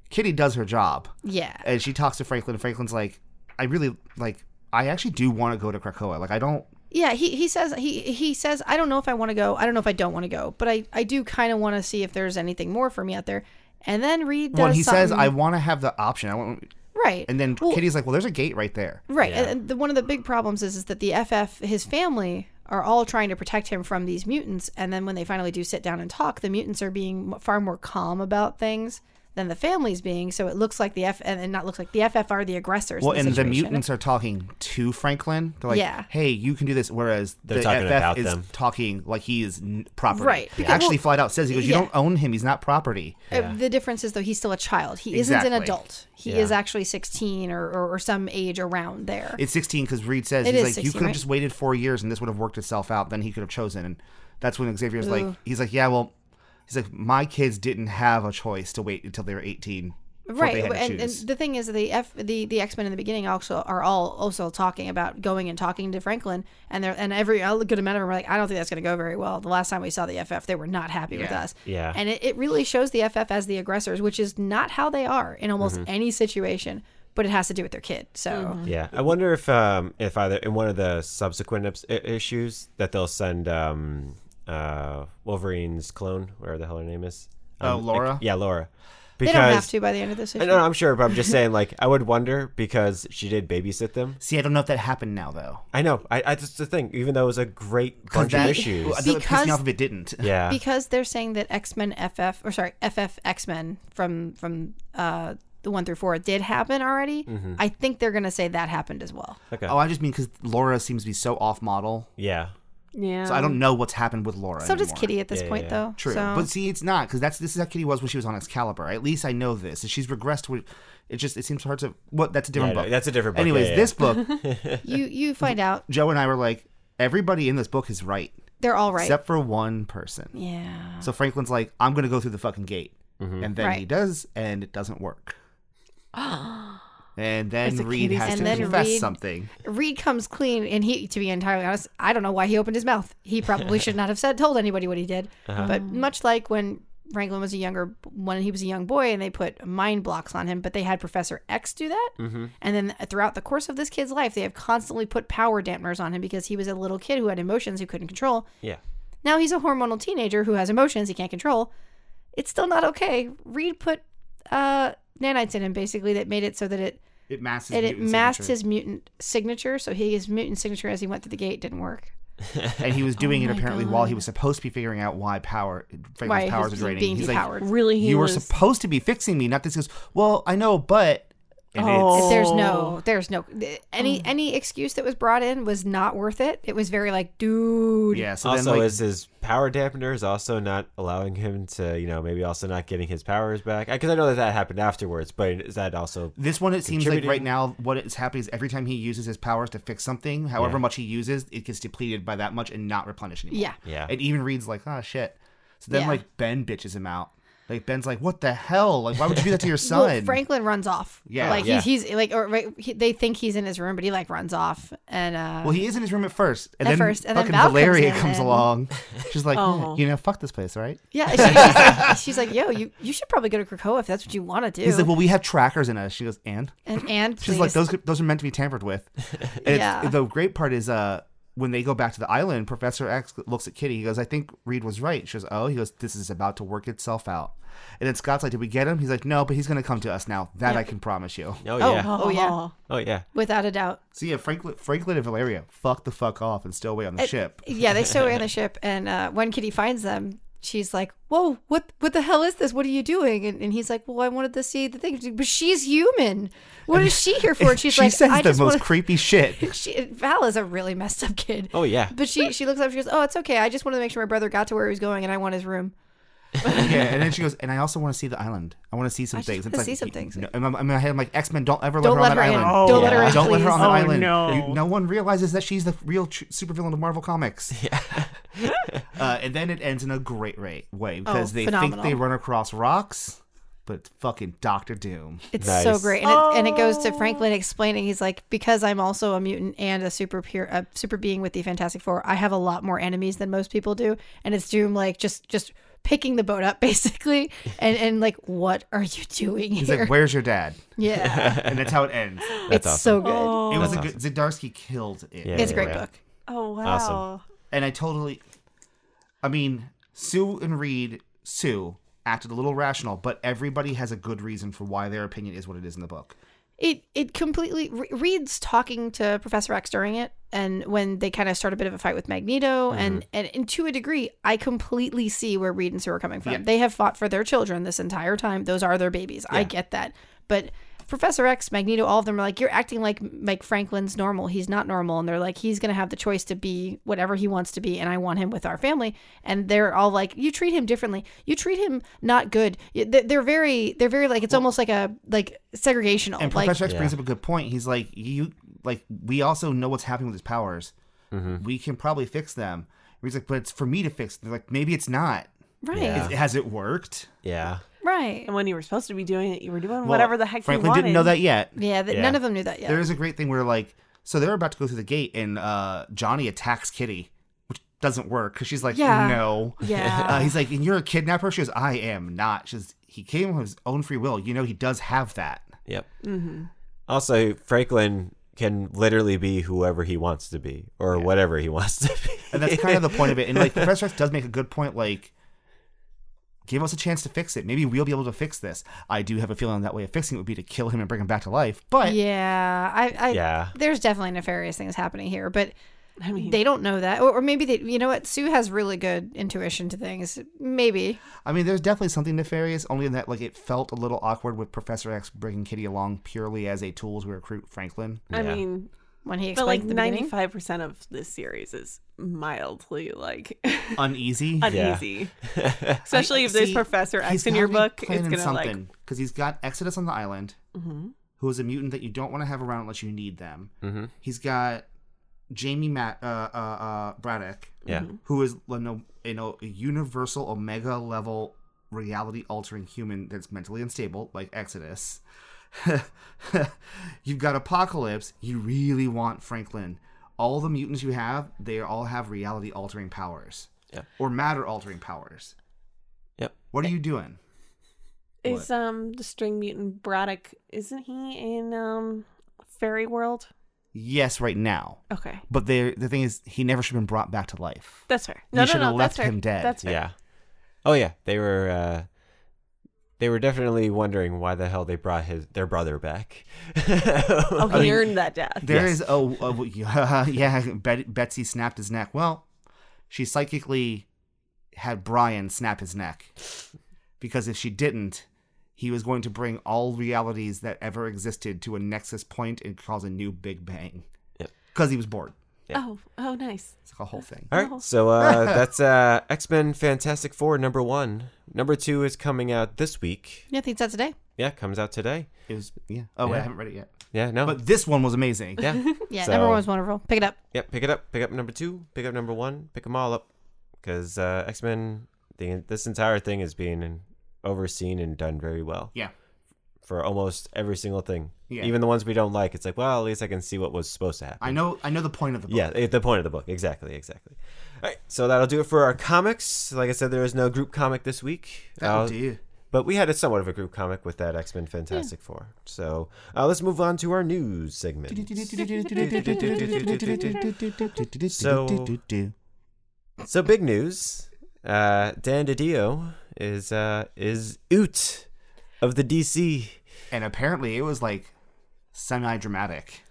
Speaker 1: Kitty does her job,
Speaker 2: yeah.
Speaker 1: and she talks to Franklin. And Franklin's like, I really like. I actually do want to go to Krakoa. Like, I don't.
Speaker 2: Yeah, he, he says he he says I don't know if I want to go. I don't know if I don't want to go, but I I do kind of want to see if there's anything more for me out there. And then Reed does
Speaker 1: When he says,
Speaker 2: something-
Speaker 1: I want to have the option. I want.
Speaker 2: right,
Speaker 1: And then
Speaker 2: Well,
Speaker 1: Kitty's like, well, there's a gate right there.
Speaker 2: Right. And- And the, one of the big problems is, is that the FF, his family, are all trying to protect him from these mutants. And then when they finally do sit down and talk, the mutants are being m- far more calm about things than the family's being. So it looks like the F, and and not looks like the FF are the aggressors.
Speaker 1: Well,
Speaker 2: in
Speaker 1: and the
Speaker 2: situation.
Speaker 1: mutants are talking to Franklin. They're like,
Speaker 2: Yeah.
Speaker 1: "Hey, you can do this." Whereas
Speaker 3: They're
Speaker 1: the
Speaker 3: talking
Speaker 1: FF
Speaker 3: about
Speaker 1: is
Speaker 3: them.
Speaker 1: talking like he is n- property.
Speaker 2: Right,
Speaker 1: He
Speaker 2: because-
Speaker 1: actually,
Speaker 2: well,
Speaker 1: flat out says, "He goes, you
Speaker 2: yeah.
Speaker 1: don't own him. He's not property."
Speaker 2: Uh, The difference is though he's still a child. He isn't
Speaker 1: Exactly.
Speaker 2: an adult. He is actually sixteen or, or, or some age around there.
Speaker 1: It's sixteen because Reed says
Speaker 2: It
Speaker 1: he's
Speaker 2: is
Speaker 1: like, "You
Speaker 2: 16,
Speaker 1: could have
Speaker 2: right?
Speaker 1: just waited four years, and this would have worked itself out. Then he could have chosen." And that's when Xavier's like,
Speaker 2: Ooh.
Speaker 1: "He's like, yeah, well, he's like, my kids didn't have a choice to wait until they were eighteen, before
Speaker 2: right
Speaker 1: They had to
Speaker 2: and, and
Speaker 1: choose.
Speaker 2: the thing is the f the the x-men in the beginning also are all also talking about going and talking to franklin and they're and every a good amount of them are like i don't think that's going to go very well the last time we saw the ff they were not happy with
Speaker 1: Yeah.
Speaker 2: us
Speaker 3: Yeah.
Speaker 2: and it, it really shows the ff as the aggressors which is not how they are in almost
Speaker 1: Mm-hmm.
Speaker 2: any situation but it has to do with their kid so
Speaker 3: Yeah. I wonder if um if either in one of the subsequent ips- i- issues that they'll send um uh Wolverine's clone, whatever the hell her name is.
Speaker 1: Oh,
Speaker 3: Um,
Speaker 1: Laura?
Speaker 3: yeah, Laura.
Speaker 2: they don't have to by the end of this issue
Speaker 3: No, no, I'm sure, but I'm just saying, like, I would wonder because she did babysit them.
Speaker 1: See, I don't know if that happened now though.
Speaker 3: I know. I, I just the thing, even though it was a great bunch of
Speaker 1: That-
Speaker 3: issues.
Speaker 1: Well, that would piss
Speaker 2: Because-
Speaker 1: me off if it didn't.
Speaker 3: yeah.
Speaker 2: because they're saying that X Men FF or sorry FF X Men from from uh, the one through four did happen already,
Speaker 1: Mm-hmm.
Speaker 2: I think they're gonna say that happened as well.
Speaker 3: Okay.
Speaker 1: Oh, I just mean because Laura seems to be so off model.
Speaker 3: yeah.
Speaker 4: Yeah.
Speaker 1: So I don't know what's happened with Laura.
Speaker 2: Oh. So does
Speaker 1: anymore.
Speaker 2: Kitty at this
Speaker 3: Yeah,
Speaker 2: point,
Speaker 3: yeah.
Speaker 2: though.
Speaker 1: True,
Speaker 2: So-
Speaker 1: but see, it's not because that's this is how Kitty was when she was on Excalibur. At least I know this. And she's regressed. With, it just it seems hard to. What? That's a
Speaker 3: Yeah,
Speaker 1: different
Speaker 3: no,
Speaker 1: book.
Speaker 3: that's a different book.
Speaker 1: Anyways,
Speaker 3: Yeah, yeah,
Speaker 1: this book,
Speaker 2: you you find out
Speaker 1: Joe and I were like, everybody in this book is right,
Speaker 2: they're all right.
Speaker 1: except for one person.
Speaker 2: yeah.
Speaker 1: So Franklin's like, I'm gonna go through the fucking gate,
Speaker 3: Mm-hmm.
Speaker 1: and then he
Speaker 2: Right.
Speaker 1: does, and it doesn't work. and then
Speaker 4: It's a
Speaker 1: Reed
Speaker 4: Kitty
Speaker 1: has
Speaker 2: And
Speaker 1: to
Speaker 2: then
Speaker 1: confess
Speaker 2: Reed-
Speaker 1: something.
Speaker 2: Reed comes clean, and he, to be entirely honest, I don't know why he opened his mouth. He probably should not have said told anybody what he did.
Speaker 1: Uh-huh.
Speaker 2: But much like when Franklin was a younger when he was a young boy, and they put mind blocks on him, but they had Professor X do that,
Speaker 1: Mm-hmm.
Speaker 2: and then throughout the course of this kid's life, they have constantly put power dampeners on him because he was a little kid who had emotions he couldn't control.
Speaker 3: yeah.
Speaker 2: Now he's a hormonal teenager who has emotions he can't control. It's still not okay. Reed put uh, nanites in him basically that made it so that it
Speaker 1: It masks. his
Speaker 2: and it
Speaker 1: mutant
Speaker 2: masked
Speaker 1: signature.
Speaker 2: his mutant signature, so he, his mutant signature as he went through the gate didn't work.
Speaker 1: and he was doing it
Speaker 2: Oh my
Speaker 1: apparently while he was supposed to be figuring out why power Franklin's
Speaker 2: Why
Speaker 1: powers
Speaker 2: he's
Speaker 1: are draining.
Speaker 2: being
Speaker 1: He's
Speaker 2: depowered.
Speaker 1: like,
Speaker 4: really. He
Speaker 1: you were
Speaker 4: was,
Speaker 1: supposed to be fixing me, not this. He goes, well, I know, but
Speaker 3: And
Speaker 4: Oh.
Speaker 3: it's-
Speaker 2: There's no, there's no any any excuse that was brought in was not worth it. It was very like, dude,
Speaker 1: yeah. So
Speaker 3: also,
Speaker 1: then, like,
Speaker 3: is his power dampener is also not allowing him to, you know, maybe also not getting his powers back? Because I know that that happened afterwards, but is that also
Speaker 1: this one, it seems like right
Speaker 3: contributing-
Speaker 1: now, what is happening is every time he uses his powers to fix something, however
Speaker 3: Yeah.
Speaker 1: much he uses, it gets depleted by that much and not replenished anymore.
Speaker 2: yeah.
Speaker 3: yeah?
Speaker 1: It even reads like, ah, shit. So then,
Speaker 2: Yeah.
Speaker 1: like, Ben bitches him out. Like, Ben's like, what the hell? Like, why would you do that to your son?
Speaker 2: Well, Franklin runs off.
Speaker 1: Yeah.
Speaker 2: like
Speaker 3: Yeah.
Speaker 2: He's, he's like, or right, he, they think he's in his room, but he like runs off, and uh,
Speaker 1: Well, he is in his room at first, and
Speaker 2: At
Speaker 1: then
Speaker 2: first, and then
Speaker 1: fucking
Speaker 2: Val comes
Speaker 1: Valeria
Speaker 2: in
Speaker 1: comes,
Speaker 2: and-
Speaker 1: along. She's like,
Speaker 4: Oh.
Speaker 1: you know, fuck this place, right?
Speaker 2: yeah, she- she's, like, she's like, yo, you you should probably go to Krakoa if that's what you want to do.
Speaker 1: He's like, well, we have trackers in us. She goes, and
Speaker 2: and and
Speaker 1: she's
Speaker 2: please.
Speaker 1: like, those those are meant to be tampered with. And
Speaker 2: Yeah.
Speaker 1: it's, the great part is, uh, when they go back to the island, Professor X looks at Kitty. He goes, I think Reed was right. She goes, oh, he goes, this is about to work itself out. And then Scott's like, did we get him? He's like, no, but he's gonna come to us now. That I can promise you.
Speaker 3: oh,
Speaker 2: oh,
Speaker 3: yeah.
Speaker 2: oh yeah,
Speaker 3: Oh, yeah.
Speaker 2: without a doubt.
Speaker 1: So yeah, Franklin, Franklin and Valeria fuck the fuck off and stow away on the ship.
Speaker 2: Yeah, they stow away on the ship, and uh, when Kitty finds them, she's like, "Whoa, what? What the hell is this? What are you doing?" And, and he's like, "Well, I wanted to see the thing, but she's human. What is she here for?" And she's
Speaker 1: she
Speaker 2: like,
Speaker 1: says
Speaker 2: "I
Speaker 1: the
Speaker 2: just
Speaker 1: most
Speaker 2: want."
Speaker 1: creepy shit.
Speaker 2: She, Val is a really messed up kid.
Speaker 3: Oh, yeah.
Speaker 2: But she she looks up. She goes, "Oh, it's okay. I just wanted to make sure my brother got to where he was going, and I want his room."
Speaker 1: yeah, and then she goes, and I also want to see the island. I want to see some
Speaker 2: I just
Speaker 1: things.
Speaker 2: wanna
Speaker 1: It's like,
Speaker 2: see some
Speaker 1: you-
Speaker 2: things.
Speaker 1: No, in my- in my head, I'm like, X Men, don't ever let
Speaker 2: Don't
Speaker 1: her on
Speaker 2: let
Speaker 1: that
Speaker 2: her in.
Speaker 1: island.
Speaker 2: Don't let her in,
Speaker 1: Don't let her on that
Speaker 4: please.
Speaker 1: island.
Speaker 4: Oh,
Speaker 1: You-
Speaker 4: no.
Speaker 1: no one realizes that she's the real tr- supervillain of Marvel Comics. Yeah. uh, and then it ends in a great ra- way because they
Speaker 2: Oh, phenomenal.
Speaker 1: think they run across rocks, but it's fucking Doctor Doom.
Speaker 2: It's
Speaker 3: Nice.
Speaker 2: so great, and, it, and it goes to Franklin explaining. He's like, "Because I'm also a mutant and a super peer, a super being with the Fantastic Four, I have a lot more enemies than most people do." And it's Doom like just just picking the boat up basically, and and like, "What are you doing
Speaker 1: He's
Speaker 2: here?"
Speaker 1: like, "Where's your dad?"
Speaker 2: yeah,
Speaker 1: And that's how it ends. It
Speaker 2: it's so good.
Speaker 4: Oh,
Speaker 1: was
Speaker 3: That's
Speaker 1: a good. Zdarsky killed it.
Speaker 3: Yeah,
Speaker 2: it's a great
Speaker 3: yeah.
Speaker 2: book.
Speaker 4: oh wow.
Speaker 3: Awesome.
Speaker 1: and I totally. I mean, Sue and Reed, Sue acted a little rational, but everybody has a good reason for why their opinion is what it is in the book.
Speaker 2: It it completely Re- Reed's talking to Professor X during it, and when they kind of start a bit of a fight with Magneto, and, and and to a degree, I completely see where Reed and Sue are coming from. They have fought for their children this entire time; those are their babies. I get that, but Professor X, Magneto, all of them are like, "You're acting like Mike Franklin's normal. He's not normal," and they're like, "He's gonna have the choice to be whatever he wants to be, and I want him with our family." And they're all like, "You treat him differently. You treat him not good." You- they- They're very, they're very like it's almost like a like segregational.
Speaker 1: And
Speaker 2: like,
Speaker 1: Professor X brings up a good point. He's like, you like we also know what's happening with his powers. We can probably fix them. He's like, but it's for me to fix. They're like, maybe it's not.
Speaker 2: Right.
Speaker 1: Is- has it worked?
Speaker 3: Yeah.
Speaker 2: Right.
Speaker 4: And when you were supposed to be doing it, you were doing
Speaker 1: Well,
Speaker 4: whatever the heck
Speaker 1: Franklin
Speaker 4: you wanted.
Speaker 1: didn't know that yet.
Speaker 2: Yeah, th-
Speaker 3: Yeah.
Speaker 2: none of them knew that yet.
Speaker 1: There is a great thing where like, so they're about to go through the gate, and uh, Johnny attacks Kitty, which doesn't work because she's like,
Speaker 2: Yeah.
Speaker 1: no. Uh,
Speaker 2: yeah.
Speaker 1: he's like, and you're a kidnapper? She goes, I am not. She goes, he came of his own free will. You know, he does have that.
Speaker 3: Yep. Mm-hmm. Also, Franklin can literally be whoever he wants to be or whatever he wants to be.
Speaker 1: And that's kind of the point of it. And like, Professor X does make a good point. Like, give us a chance to fix it. Maybe we'll be able to fix this. I do have a feeling that way of fixing it would be to kill him and bring him back to life. But
Speaker 2: yeah. I, I
Speaker 3: Yeah.
Speaker 2: there's definitely nefarious things happening here, but
Speaker 4: I mean,
Speaker 2: They don't know that, or, or maybe they. You know what? Sue has really good intuition to things. Maybe
Speaker 1: I mean, there's definitely something nefarious, only in that like it felt a little awkward with Professor X bringing Kitty along purely as a tool to recruit Franklin.
Speaker 4: I
Speaker 3: Yeah.
Speaker 4: mean,
Speaker 2: when he
Speaker 4: but
Speaker 2: explained
Speaker 4: like
Speaker 2: at the beginning.
Speaker 4: ninety five percent of this series is mildly like
Speaker 1: Uneasy.
Speaker 4: uneasy, especially if there's
Speaker 1: See,
Speaker 4: Professor X
Speaker 1: he's
Speaker 4: in your
Speaker 1: gotta be
Speaker 4: book. It's
Speaker 1: planning
Speaker 4: gonna like mm-hmm.
Speaker 1: something because he's got Exodus on the island, who is a mutant that you don't want to have around unless you need them.
Speaker 3: Mhm.
Speaker 1: He's got Jamie Matt uh, uh, uh, Braddock,
Speaker 3: Yeah.
Speaker 1: who is you know, you know a universal omega level reality altering human that's mentally unstable, like Exodus. You've got Apocalypse. You really want Franklin. All the mutants you have, they all have reality altering powers.
Speaker 3: Yeah.
Speaker 1: Or matter altering powers.
Speaker 3: Yep.
Speaker 1: What are you doing?
Speaker 4: is um the string mutant Braddock. Isn't he in um Fairy World?
Speaker 1: Yes, right now.
Speaker 4: Okay,
Speaker 1: But the the thing is, he never should have been brought back to life.
Speaker 4: that's fair.
Speaker 1: You
Speaker 4: No, no,
Speaker 1: should've
Speaker 4: no,
Speaker 1: left
Speaker 4: that's fair.
Speaker 1: him dead.
Speaker 4: That's fair.
Speaker 3: Yeah. Oh yeah, they were. Uh, they were definitely wondering why the hell they brought his their brother back.
Speaker 4: Oh,
Speaker 1: I
Speaker 4: he
Speaker 1: mean,
Speaker 4: earned that death.
Speaker 1: There
Speaker 3: Yes.
Speaker 1: is oh a, yeah, yeah Bet- Betsy snapped his neck. Well, she psychically had Brian snap his neck because if she didn't, he was going to bring all realities that ever existed to a nexus point and cause a new Big Bang.
Speaker 3: Yep.
Speaker 1: Because he was bored.
Speaker 4: Oh, oh, nice.
Speaker 1: It's like a whole thing.
Speaker 3: All right, so uh, that's uh, X Men Fantastic Four number one. Number two is coming out this week.
Speaker 2: yeah, I think that's today.
Speaker 3: Yeah, comes out today.
Speaker 1: It was yeah. Oh, wait, I
Speaker 3: Yeah.
Speaker 1: haven't read it yet.
Speaker 3: Yeah, no,
Speaker 1: But this one was amazing.
Speaker 3: yeah,
Speaker 2: Yeah,
Speaker 3: So-
Speaker 2: number one was wonderful. Pick it up.
Speaker 3: yeah. Pick it up, pick up number two, pick up number one, pick them all up, because uh, X Men, the this entire thing is being overseen and done very well
Speaker 1: Yeah.
Speaker 3: for almost every single thing.
Speaker 1: Yeah.
Speaker 3: Even the ones we don't like, it's like, well, at least I can see what was supposed to happen.
Speaker 1: I know I know the point of the book.
Speaker 3: Yeah, at the point of the book. Exactly, exactly. All right, so that'll do it for our comics. Like I said, there is no group comic this week.
Speaker 1: That'll
Speaker 3: Uh,
Speaker 1: do.
Speaker 3: But we had a somewhat of a group comic with that X Men Fantastic Four. So uh, let's move on to our news segment.
Speaker 1: So,
Speaker 3: so big news: uh, Dan DiDio is uh, is oot of the DC.
Speaker 1: and apparently it was like semi dramatic.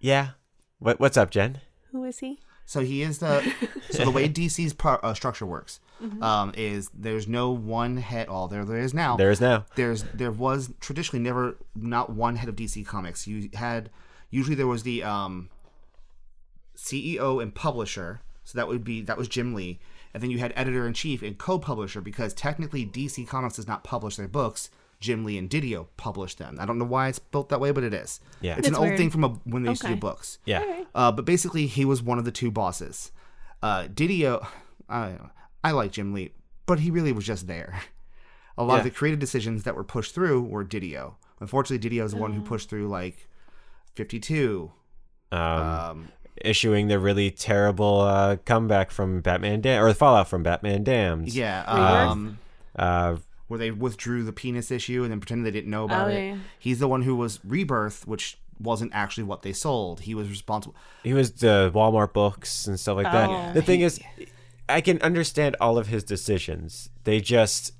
Speaker 3: Yeah. What what's up, Jen?
Speaker 4: Who is he?
Speaker 1: So he is the so the way DC's par, uh, structure works um, is there's no one head. All there there is now.
Speaker 3: There is now.
Speaker 1: there's there was traditionally never not one head of DC Comics. You had usually there was the um, CEO and publisher, so that would be that was Jim Lee, and then you had editor in chief and co-publisher because technically DC Comics does not publish their books. Jim Lee and Didio publish them. I don't know why it's built that way, but it is.
Speaker 3: Yeah.
Speaker 1: it's an
Speaker 2: It's
Speaker 1: old
Speaker 2: weird.
Speaker 1: thing from a, when they used to do
Speaker 4: Okay.
Speaker 1: books.
Speaker 3: Yeah.
Speaker 1: Uh, but basically, he was one of the two bosses. Uh, Didio, I, I like Jim Lee, but he really was just there. A lot of
Speaker 3: Yeah.
Speaker 1: the creative decisions that were pushed through were Didio. Unfortunately, Didio is the one
Speaker 4: Oh.
Speaker 1: who pushed through like 52.
Speaker 3: Um,
Speaker 1: Um,
Speaker 3: issuing the really terrible uh, comeback from Batman Dam or the fallout from Batman Dams.
Speaker 1: yeah.
Speaker 4: Rebirth?
Speaker 1: Um,
Speaker 3: Uh,
Speaker 1: where they withdrew the penis issue and then pretended they didn't know about
Speaker 4: Oh,
Speaker 1: it.
Speaker 4: yeah, yeah.
Speaker 1: He's the one who was Rebirth, which wasn't actually what they sold. He was responsible.
Speaker 3: He was the Walmart books and stuff like that.
Speaker 4: Oh.
Speaker 3: the thing is, I can understand all of his decisions. They just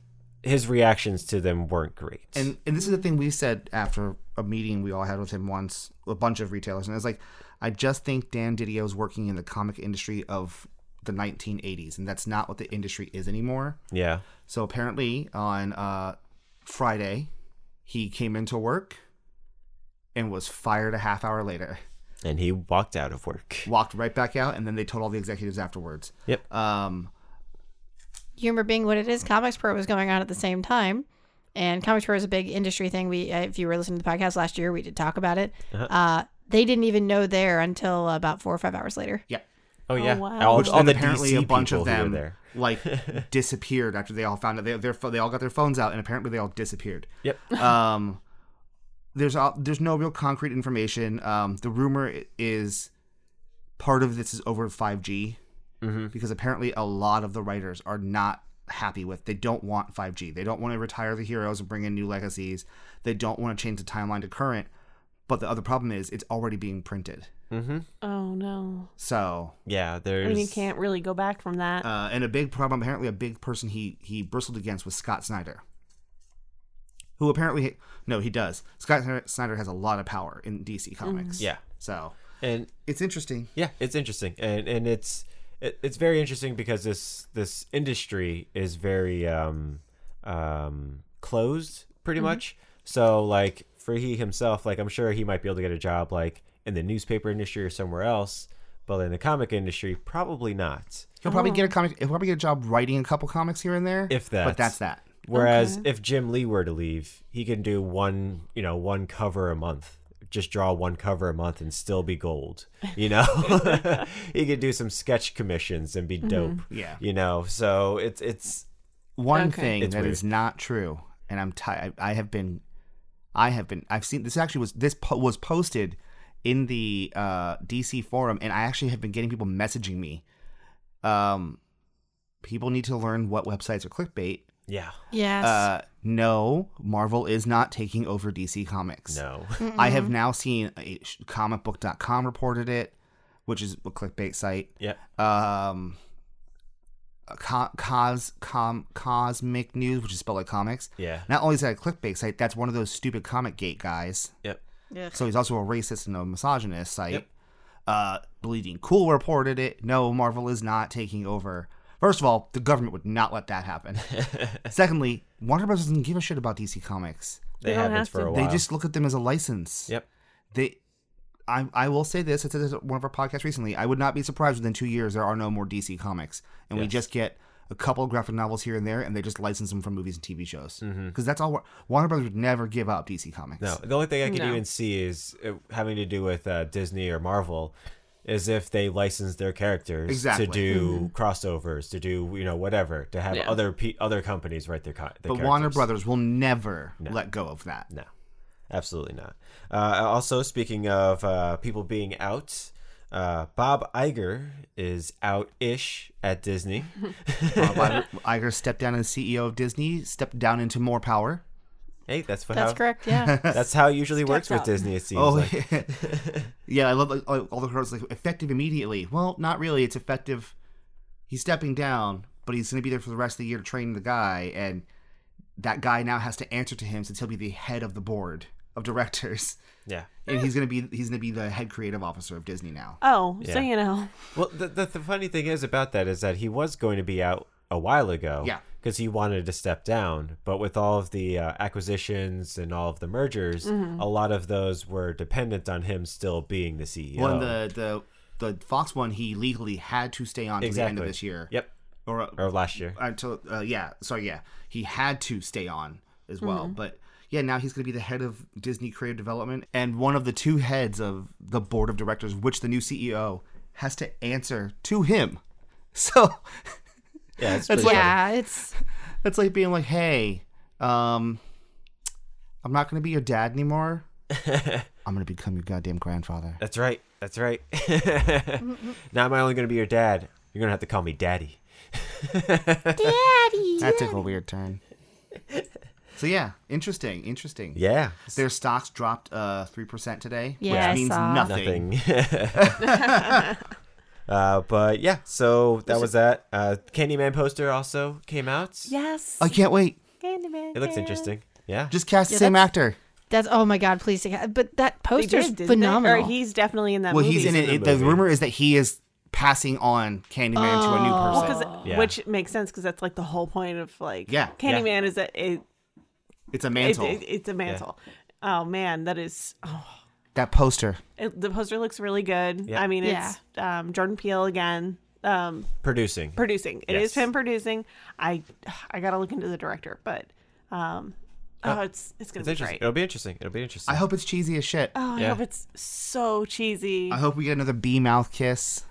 Speaker 3: his reactions to them weren't great.
Speaker 1: and and this is the thing we said after a meeting we all had with him once, a bunch of retailers, and I was like, I just think Dan Didio is working in the comic industry of the 1980s, and that's not what the industry is anymore.
Speaker 3: yeah,
Speaker 1: So apparently on uh, Friday, he came into work and was fired a half hour later.
Speaker 3: and he walked out of work.
Speaker 1: Walked right back out, and then they told all the executives afterwards.
Speaker 3: Yep.
Speaker 1: Um,
Speaker 2: humor being what it is, Comics Pro was going on at the same time. And Comics Pro is a big industry thing. We, uh, if you were listening to the podcast last year, we did talk about it. uh
Speaker 1: Uh-huh.
Speaker 2: they didn't even know there until about four or five hours later.
Speaker 1: yeah.
Speaker 3: Oh yeah,
Speaker 4: wow.
Speaker 3: all,
Speaker 1: Which
Speaker 3: all
Speaker 1: then
Speaker 3: the
Speaker 1: apparently
Speaker 3: DC
Speaker 1: a bunch
Speaker 3: people
Speaker 1: of
Speaker 3: who were
Speaker 1: them
Speaker 3: there.
Speaker 1: like disappeared after they all found out. They, their, pho- they all got their phones out, and apparently they all disappeared.
Speaker 3: Yep.
Speaker 1: um, there's all, there's no real concrete information. Um, the rumor i- is part of this is over 5G because apparently a lot of the writers are not happy with. They don't want 5G. They don't want to retire the heroes and bring in new legacies. They don't want to change the timeline to current. But the other problem is it's already being printed.
Speaker 4: Oh no.
Speaker 1: So
Speaker 3: Yeah, there's.
Speaker 4: I mean, you can't really go back from that.
Speaker 1: uh, and a big problem apparently a big person he he bristled against was Scott Snyder who apparently no he does Scott Snyder has a lot of power in DC comics
Speaker 3: Yeah.
Speaker 1: so
Speaker 3: and
Speaker 1: It's interesting.
Speaker 3: yeah, it's interesting, and and it's it, it's very interesting because this this industry is very um um closed pretty
Speaker 4: Mm-hmm.
Speaker 3: much. So like for he himself, like I'm sure he might be able to get a job like in the newspaper industry or somewhere else, but in the comic industry, probably not.
Speaker 1: He'll probably get a comic. He'll probably get a job writing a couple comics here and there. but
Speaker 3: If that's-
Speaker 1: that's that.
Speaker 3: Whereas if Jim Lee were to leave, he can do one, you know, one cover a month. Just draw one cover a month and still be gold. You know, he could do some sketch commissions and be
Speaker 4: Mm-hmm.
Speaker 3: dope.
Speaker 1: Yeah.
Speaker 3: you know. So it's it's
Speaker 1: One
Speaker 4: Okay.
Speaker 1: thing that
Speaker 3: It's
Speaker 1: is
Speaker 3: weird.
Speaker 1: not true, and I'm tired. I have been, I have been. I've seen this. Actually, was this po- was posted in the uh, DC forum, and I actually have been getting people messaging me. Um, people need to learn what websites are clickbait.
Speaker 3: yeah,
Speaker 2: Yes.
Speaker 1: Uh, no, Marvel is not taking over DC Comics.
Speaker 3: no,
Speaker 1: I have now seen a, comicbook.com reported it, which is a clickbait site.
Speaker 3: yeah,
Speaker 1: Um, co- cos com cosmic news, which is spelled like comics.
Speaker 3: yeah,
Speaker 1: Not only is that a clickbait site, that's one of those stupid comic gate guys.
Speaker 3: yep,
Speaker 1: So he's also a racist and a misogynist site.
Speaker 3: Yep.
Speaker 1: Uh, Bleeding Cool reported it. No, Marvel is not taking over. First of all, the government would not let that happen. Secondly, Warner Bros. doesn't give a shit about DC Comics.
Speaker 3: They,
Speaker 4: They don't
Speaker 3: haven't
Speaker 4: have
Speaker 3: for
Speaker 4: to.
Speaker 3: a
Speaker 1: They
Speaker 3: while.
Speaker 1: just look at them as a license.
Speaker 3: yep,
Speaker 1: They, I, I will say this. I said this at one of our podcasts recently. I would not be surprised within two years there are no more DC comics, and we
Speaker 3: Yes.
Speaker 1: just get a couple of graphic novels here and there, and they just license them for movies and TV shows. Because that's all Wa- Warner Brothers would never give up DC comics.
Speaker 3: Mm-hmm. no. The only thing I could
Speaker 4: No.
Speaker 3: even see is uh, having to do with uh, Disney or Marvel. Is if they license their characters
Speaker 1: Exactly.
Speaker 3: to do crossovers, to do you know whatever, to have
Speaker 4: Mm-hmm. Yeah.
Speaker 3: other pe- other companies write their, co- their
Speaker 1: but Warner
Speaker 3: characters.
Speaker 1: Brothers will never let go of that.
Speaker 3: No, absolutely not. Uh, also, speaking of uh, people being out, uh, Bob Iger is out ish at Disney.
Speaker 1: Uh, Bob Iger- Iger stepped down as CEO of Disney, stepped down into more power.
Speaker 3: hey, that's what
Speaker 2: That's
Speaker 3: how,
Speaker 2: correct. Yeah.
Speaker 3: That's how it usually works
Speaker 2: out.
Speaker 3: with Disney. It seems
Speaker 1: Oh,
Speaker 3: like
Speaker 1: yeah. yeah, I love like, all all the quotes like effective immediately. Well, not really. It's effective. He's stepping down, but he's going to be there for the rest of the year to train the guy, and that guy now has to answer to him since he'll be the head of the board of directors,
Speaker 3: yeah.
Speaker 1: and he's going to be he's going to be the head creative officer of Disney now.
Speaker 4: Oh, so
Speaker 3: Yeah.
Speaker 4: you know.
Speaker 3: Well, the, the the funny thing is about that is that he was going to be out a while ago.
Speaker 1: Yeah.
Speaker 3: Because he wanted to step down, but with all of the uh, acquisitions and all of the mergers, a lot of those were dependent on him still being the E CEO.
Speaker 1: Well, and the the the Fox one, he legally had to stay on to the end of
Speaker 3: Exactly.
Speaker 1: this year,
Speaker 3: yep,
Speaker 1: or uh,
Speaker 3: or last year.
Speaker 1: until uh, yeah sorry yeah he had to stay on as well
Speaker 2: Mm-hmm.
Speaker 1: but yeah now he's going to be the head of disney creative development and one of the two heads of the board of directors which the new ceo has to answer to him so
Speaker 3: Yeah, it's
Speaker 1: That's like-
Speaker 3: pretty funny.
Speaker 2: yeah. It's
Speaker 1: that's like being like hey um i'm not going to be your dad anymore i'm going to become your goddamn grandfather
Speaker 3: That's right. That's right. now am I only going to be your dad? You're going to have to call me daddy.
Speaker 1: that took a weird turn so yeah interesting interesting
Speaker 3: Yeah.
Speaker 1: their stocks dropped uh 3% today
Speaker 2: Yeah, I
Speaker 1: which means
Speaker 2: saw.
Speaker 1: nothing.
Speaker 3: Nothing. uh, but yeah, so that was that. Uh, Candyman poster also came out.
Speaker 4: Yes.
Speaker 1: I can't wait.
Speaker 4: Candyman.
Speaker 3: It looks
Speaker 4: yeah.
Speaker 3: interesting. Yeah.
Speaker 1: Just cast
Speaker 2: Yeah,
Speaker 1: the same
Speaker 2: that's-
Speaker 1: actor.
Speaker 2: that's oh my god, please. But that
Speaker 4: They
Speaker 2: poster's
Speaker 4: did, didn't they?
Speaker 2: phenomenal.
Speaker 4: Or he's definitely in that
Speaker 1: Well,
Speaker 4: movie.
Speaker 1: he's in
Speaker 3: in
Speaker 1: it.
Speaker 3: the
Speaker 1: it- The
Speaker 3: movie.
Speaker 1: rumor is that he is passing on Candyman to a new person.
Speaker 2: Oh. Well,
Speaker 4: Well, 'cause-
Speaker 3: Yeah.
Speaker 4: which makes sense because that's like the whole point of like
Speaker 1: Yeah.
Speaker 4: Candyman is that it,
Speaker 1: it's a
Speaker 4: it,
Speaker 1: mantle.
Speaker 4: it- it's a mantle. Oh man, that is oh,
Speaker 1: that poster.
Speaker 4: it, the poster looks really good.
Speaker 3: Yeah.
Speaker 4: I mean, it's um, Jordan Peele again um,
Speaker 3: Producing.
Speaker 4: producing. It is
Speaker 3: Yes.
Speaker 4: him producing. I I gotta look into the director, but um, oh, it's it's gonna
Speaker 3: It's
Speaker 4: be
Speaker 3: interesting.
Speaker 4: great.
Speaker 3: It'll be interesting. It'll be interesting.
Speaker 1: I hope it's cheesy as shit.
Speaker 4: Oh, I
Speaker 3: Yeah.
Speaker 4: hope it's so cheesy.
Speaker 1: I hope we get another bee mouth kiss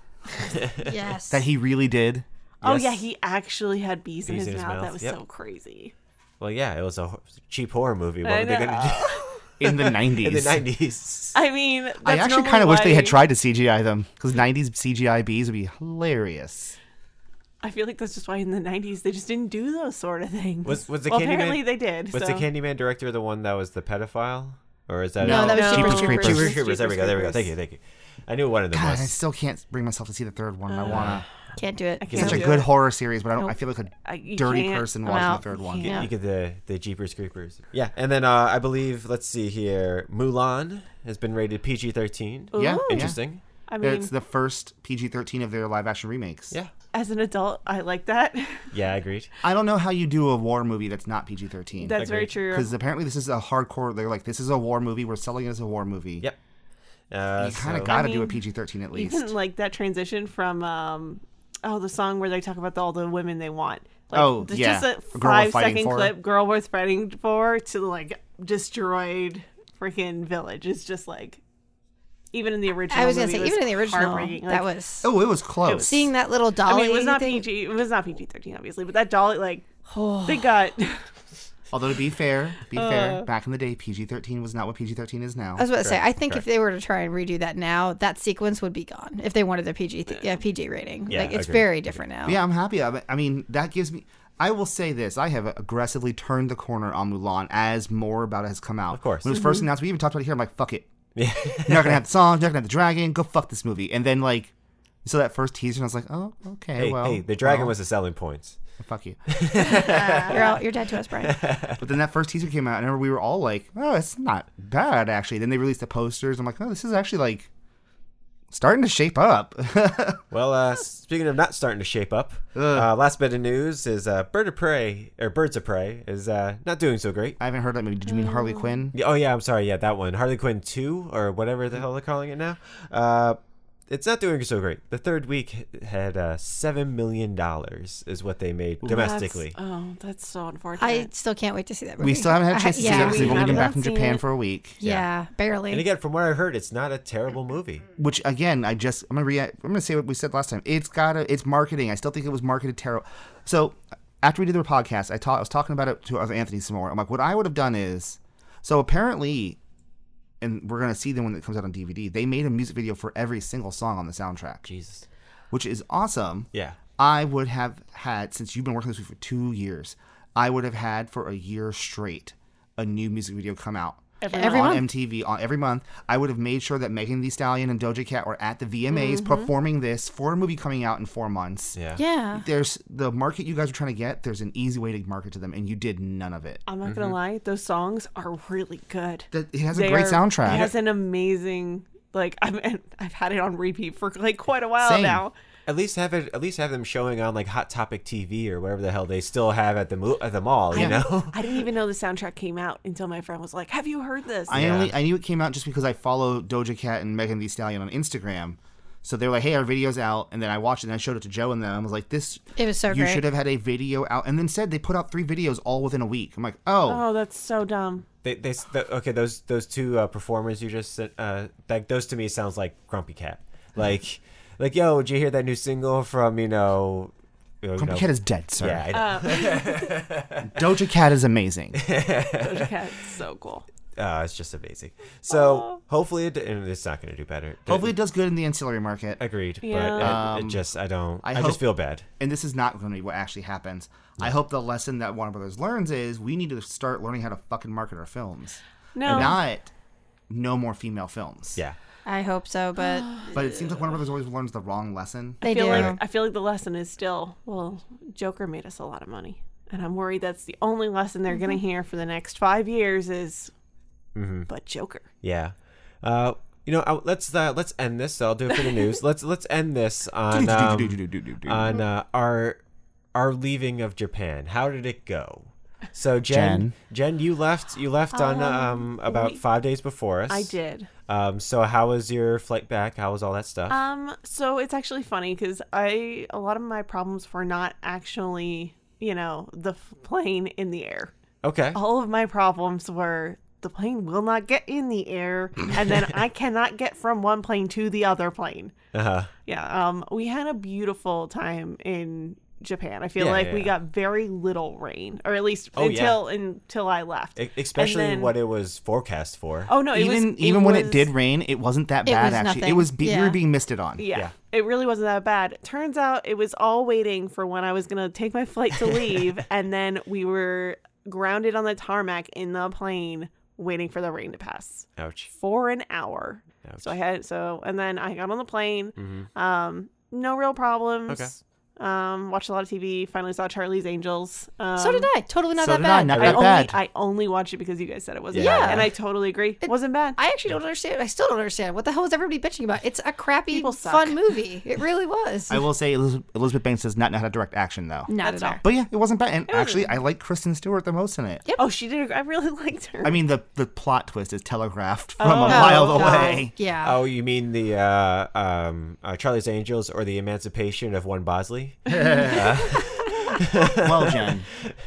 Speaker 2: yes.
Speaker 1: that he really did.
Speaker 4: Oh
Speaker 3: Yes.
Speaker 4: yeah, he actually had bees, in his, mouth. That was
Speaker 3: Yep.
Speaker 4: so crazy.
Speaker 3: well, yeah, it was a ho- cheap horror movie. What
Speaker 4: I
Speaker 3: were they going to
Speaker 1: In the 90s.
Speaker 3: do in the 90s?
Speaker 4: I mean, that's
Speaker 1: I actually
Speaker 4: kind of
Speaker 1: wish they had tried to CGI them because 90s CGI bees would be hilarious.
Speaker 4: I feel like that's just why in the '90s they just didn't do those sort of things.
Speaker 3: Was- was the
Speaker 4: well,
Speaker 3: Candyman-
Speaker 4: apparently they did.
Speaker 3: Was
Speaker 4: so.
Speaker 3: the Candyman director the one that was the pedophile? Or is that
Speaker 1: No,
Speaker 3: a-
Speaker 2: that was Jeepers
Speaker 4: No.
Speaker 1: Jeepers
Speaker 2: Creepers.
Speaker 1: Creepers.
Speaker 3: Jeepers Creepers. There we go. There we go. Thank you. Thank you. I knew one of them
Speaker 1: God, I
Speaker 3: was.
Speaker 1: still can't bring myself to see the third one. and I want
Speaker 2: Can't do it.
Speaker 1: to. Such
Speaker 4: can't
Speaker 1: a
Speaker 4: do
Speaker 1: good
Speaker 4: it.
Speaker 1: horror series, but I don't. I
Speaker 2: Nope.
Speaker 1: feel like a
Speaker 4: I- you
Speaker 1: dirty
Speaker 4: can't.
Speaker 1: person
Speaker 2: I'm
Speaker 1: watching the
Speaker 2: out.
Speaker 1: third one.
Speaker 4: Yeah.
Speaker 3: You get the the Jeepers Creepers. Yeah, and then uh, I believe let's see here, Mulan has been rated PG thirteen.
Speaker 1: Yeah,
Speaker 4: Ooh.
Speaker 1: yeah.
Speaker 3: Interesting.
Speaker 4: I mean,
Speaker 1: it's the first PG 13 of their live action remakes.
Speaker 3: Yeah.
Speaker 4: as an adult, I like that.
Speaker 3: Yeah, agreed.
Speaker 1: I don't know how you do a war movie that's not PG 13.
Speaker 4: That's very
Speaker 3: Agreed.
Speaker 4: true.
Speaker 1: Because apparently this is a hardcore, they're like, this is a war movie. We're selling it as a war movie.
Speaker 3: Yep. Uh,
Speaker 1: You kind of
Speaker 3: so-
Speaker 1: got to
Speaker 4: I
Speaker 1: do a
Speaker 4: mean,
Speaker 1: PG 13 at least.
Speaker 4: Even like that transition from um, oh, the song where they talk about the, all the women they want. Like,
Speaker 1: Oh,
Speaker 4: it's
Speaker 1: yeah.
Speaker 4: just a
Speaker 1: A girl
Speaker 4: five
Speaker 1: fighting
Speaker 4: second
Speaker 1: for-
Speaker 4: clip, girl worth fighting for, to like destroyed freaking village. It's just like even in the original.
Speaker 2: I was gonna
Speaker 4: movie,
Speaker 2: say,
Speaker 4: it
Speaker 2: even in the original,
Speaker 4: heartbreaking.
Speaker 2: that
Speaker 4: Like,
Speaker 2: was
Speaker 1: Oh, it was close.
Speaker 2: seeing that little dolly.
Speaker 4: I mean, it was not
Speaker 2: thing-
Speaker 4: PG. It was not PG thirteen, obviously, but that doll, like they got.
Speaker 1: Although, to be fair, be
Speaker 4: Uh.
Speaker 1: fair, back in the day, PG 13 was not what PG 13 is now.
Speaker 2: I was about to say, I think if they were to try and redo that now, that sequence would be gone if they wanted the PG th- yeah, PG rating.
Speaker 3: Yeah,
Speaker 2: like it's
Speaker 3: agreed.
Speaker 2: very different now.
Speaker 1: Yeah, I'm happy. I I mean, that gives me. I will say this: I have aggressively turned the corner on Mulan as more about it has come out. Of
Speaker 3: course.
Speaker 1: when it was first
Speaker 4: Mm-hmm.
Speaker 1: announced, we even talked about it here. I'm like, fuck it.
Speaker 3: Yeah.
Speaker 1: You're not gonna have the song. You're not gonna have the dragon. Go fuck this movie. And then like, so that first teaser, and I was like, oh, okay.
Speaker 3: hey,
Speaker 1: well,
Speaker 3: hey, the dragon
Speaker 1: well,
Speaker 3: was a selling point.
Speaker 1: fuck you.
Speaker 2: You're, all, you're dead to us, Brian.
Speaker 1: But then that first teaser came out, and I remember we were all like, oh, it's not bad actually. Then they released the posters. I'm like, oh, this is actually like starting to shape up.
Speaker 3: Well, uh, speaking of not starting to shape up, uh, last bit of news is uh, Bird of Prey or Birds of Prey is uh, not doing so great.
Speaker 1: I haven't heard that movie. Did you mean Harley Quinn?
Speaker 3: Yeah, Oh yeah, I'm sorry. Yeah, that one, Harley Quinn two or whatever the hell they're calling it now. Uh, it's not doing so great. The third week had uh, seven million dollars is what they made domestically.
Speaker 4: That's- oh, that's so unfortunate.
Speaker 2: I still can't wait to see that movie.
Speaker 1: We still haven't had
Speaker 2: I-
Speaker 1: a chance to see
Speaker 2: yeah,
Speaker 1: that because
Speaker 4: we
Speaker 1: they've only been
Speaker 4: haven't
Speaker 1: back from
Speaker 4: seen
Speaker 1: Japan
Speaker 4: it.
Speaker 1: for a week.
Speaker 2: Yeah, barely.
Speaker 3: And again, from what I heard, it's not a terrible movie.
Speaker 1: which again i just i'm gonna re i'm gonna say what we said last time it's gotta it's marketing i still think it was marketed terrible so after we did the podcast i taught i was talking about it to anthony some more i'm like what i would have done is so apparently and we're gonna see them when it comes out on dvd they made a music video for every single song on the soundtrack
Speaker 3: Jesus.
Speaker 1: which is awesome
Speaker 3: Yeah.
Speaker 1: I would have had since you've been working this week for two years. I would have had for a year straight a new music video come out
Speaker 4: Every
Speaker 2: Every
Speaker 1: on
Speaker 2: month.
Speaker 1: MTV on every month. I would have made sure that Megan Thee Stallion and Doja Cat were at the VMAs
Speaker 2: Mm-hmm.
Speaker 1: performing this for a movie coming out in four months.
Speaker 3: Yeah.
Speaker 2: yeah.
Speaker 1: There's the market you guys are trying to get. There's an easy way to market to them, and you did none of it.
Speaker 4: I'm not gonna lie, those songs are really good.
Speaker 1: That- It has a
Speaker 4: They
Speaker 1: great
Speaker 4: are-
Speaker 1: soundtrack.
Speaker 4: It has an amazing like I've I've had it on repeat for like quite a while
Speaker 1: Same.
Speaker 4: now.
Speaker 3: At least have it. At least have them showing on like Hot Topic TV or whatever the hell they still have at the mo- at the mall. You know.
Speaker 4: I didn't even know the soundtrack came out until my friend was like, "Have you heard this?"
Speaker 1: I only I knew it came out just because I follow Doja Cat and Megan Thee Stallion on Instagram. So they were like, "Hey, our video's out," and then I watched it and I showed it to Joe and then I was like, "This
Speaker 2: It was so
Speaker 1: you
Speaker 2: great.
Speaker 1: should have had a video out." And then said they put out three videos all within a week. I'm like, "Oh,
Speaker 4: oh, that's so dumb.
Speaker 3: They, they s- the, okay those those two uh, performers you just said, uh like those to me sounds like Grumpy Cat like like yo did you hear that new single from you know you know-
Speaker 2: Oh.
Speaker 1: Grumpy Cat is dead, sir.
Speaker 3: yeah I know.
Speaker 1: Doja Cat is amazing."
Speaker 4: Doja Cat's so cool.
Speaker 3: Uh, it's just amazing so hopefully it, and it's not gonna do better
Speaker 1: Hopefully, it does good in the ancillary market.
Speaker 3: agreed but
Speaker 4: Yeah.
Speaker 3: it, it just I don't I,
Speaker 1: I
Speaker 3: just
Speaker 1: hope-
Speaker 3: feel bad
Speaker 1: And this is not going to be what actually happens. I hope the lesson that Warner Brothers learns is we need to start learning how to fucking market our films,
Speaker 4: No,
Speaker 1: and not no more female films.
Speaker 3: yeah
Speaker 2: I hope so, but
Speaker 1: But it seems like Warner Brothers always learns the wrong lesson.
Speaker 2: they
Speaker 4: I feel
Speaker 2: do.
Speaker 4: like I feel like the lesson is still well, Joker made us a lot of money, and I'm worried that's the only lesson they're gonna
Speaker 2: Mm-hmm.
Speaker 4: hear for the next five years is,
Speaker 1: Mm-hmm.
Speaker 4: but Joker.
Speaker 3: yeah uh you know I, let's uh, let's end this I'll do it for the news let's let's end this on um,
Speaker 1: Mm-hmm.
Speaker 3: on uh, our our leaving of Japan. How did it go? So Jen, Jen, you left. You left on um, about
Speaker 4: we-
Speaker 3: five days before us.
Speaker 4: I did.
Speaker 3: Um, so how was your flight back? How was all that stuff?
Speaker 4: Um, so it's actually funny because I a lot of my problems were not actually you know the f- plane in the air.
Speaker 3: okay.
Speaker 4: All of my problems were the plane will not get in the air, and then I cannot get from one plane to the other plane.
Speaker 3: Uh-huh.
Speaker 4: Yeah. Um, we had a beautiful time in Japan. I feel
Speaker 3: Yeah,
Speaker 4: like we
Speaker 3: yeah.
Speaker 4: got very little rain, or at least
Speaker 3: Oh, yeah.
Speaker 4: until until I left.
Speaker 3: E- especially
Speaker 4: And then-
Speaker 3: what it was forecast for.
Speaker 4: oh no! It
Speaker 1: even
Speaker 4: was,
Speaker 1: even when it
Speaker 4: was-
Speaker 1: did rain, it wasn't that
Speaker 2: It
Speaker 1: bad.
Speaker 2: was
Speaker 1: actually, it
Speaker 2: nothing.
Speaker 1: was be- you
Speaker 2: Yeah.
Speaker 1: were being misted on.
Speaker 4: Yeah,
Speaker 3: Yeah.
Speaker 4: It really wasn't that bad. Turns out it was all waiting for when I was going to take my flight to leave. and then we were grounded on the tarmac in the plane waiting for the rain to pass
Speaker 3: Ouch.
Speaker 4: for an hour. So I had, so, and then I got on the plane. Um, no real problems.
Speaker 3: Mm-hmm. Okay.
Speaker 4: Um, watched a lot of TV. Finally saw Charlie's Angels. Um,
Speaker 2: so did I. Totally not
Speaker 1: so
Speaker 2: that
Speaker 1: did I,
Speaker 2: bad.
Speaker 1: not
Speaker 4: I
Speaker 1: that
Speaker 4: only
Speaker 1: bad.
Speaker 4: I only watched it because you guys said it wasn't.
Speaker 3: Yeah.
Speaker 4: bad, and I totally agree. It wasn't bad.
Speaker 2: I actually don't understand. I still don't understand. What the hell was everybody bitching about? It's a crappy,
Speaker 4: People suck.
Speaker 2: fun movie. It really was.
Speaker 1: I will say Eliz- Elizabeth Banks does not know how to direct action though.
Speaker 2: not at
Speaker 4: all.
Speaker 2: all.
Speaker 1: But yeah, it wasn't bad. And actually, I like Kristen Stewart the most in it.
Speaker 2: Yep.
Speaker 4: oh, she did. I really liked her.
Speaker 1: I mean, the the plot twist is telegraphed from
Speaker 4: Oh,
Speaker 1: a mile
Speaker 4: no.
Speaker 1: away.
Speaker 2: Yeah.
Speaker 3: Oh, you mean the uh, um, uh, Charlie's Angels or the Emancipation of One Bosley?
Speaker 1: Well, Jen,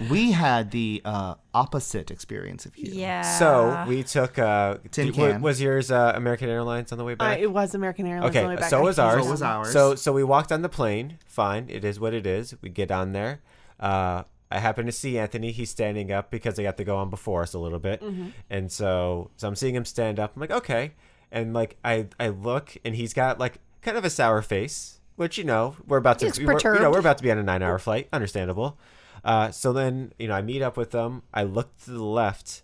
Speaker 1: we had the uh, opposite experience of you.
Speaker 2: Yeah.
Speaker 3: So we took. Uh,
Speaker 1: Tin
Speaker 3: d- wa-
Speaker 1: can.
Speaker 3: was yours uh, American Airlines on the way
Speaker 4: Uh,
Speaker 3: back?
Speaker 4: it was American Airlines. on the way
Speaker 3: okay,
Speaker 4: back.
Speaker 3: so
Speaker 4: I
Speaker 3: was
Speaker 4: hate
Speaker 3: ours.
Speaker 1: So
Speaker 4: them.
Speaker 1: was ours.
Speaker 3: So so we walked on the plane. Fine, it is what it is. We get on there. Uh, I happen to see Anthony. He's standing up because I got to go on before us a little bit,
Speaker 4: Mm-hmm.
Speaker 3: and so so I'm seeing him stand up. I'm like, okay, and like I I look and he's got like kind of a sour face, which you know we're about
Speaker 2: He
Speaker 3: to
Speaker 2: looks
Speaker 3: we're, you know
Speaker 2: perturbed.
Speaker 3: we're about to be on a nine hour flight, understandable. Uh, so then you know I meet up with them. I look to the left.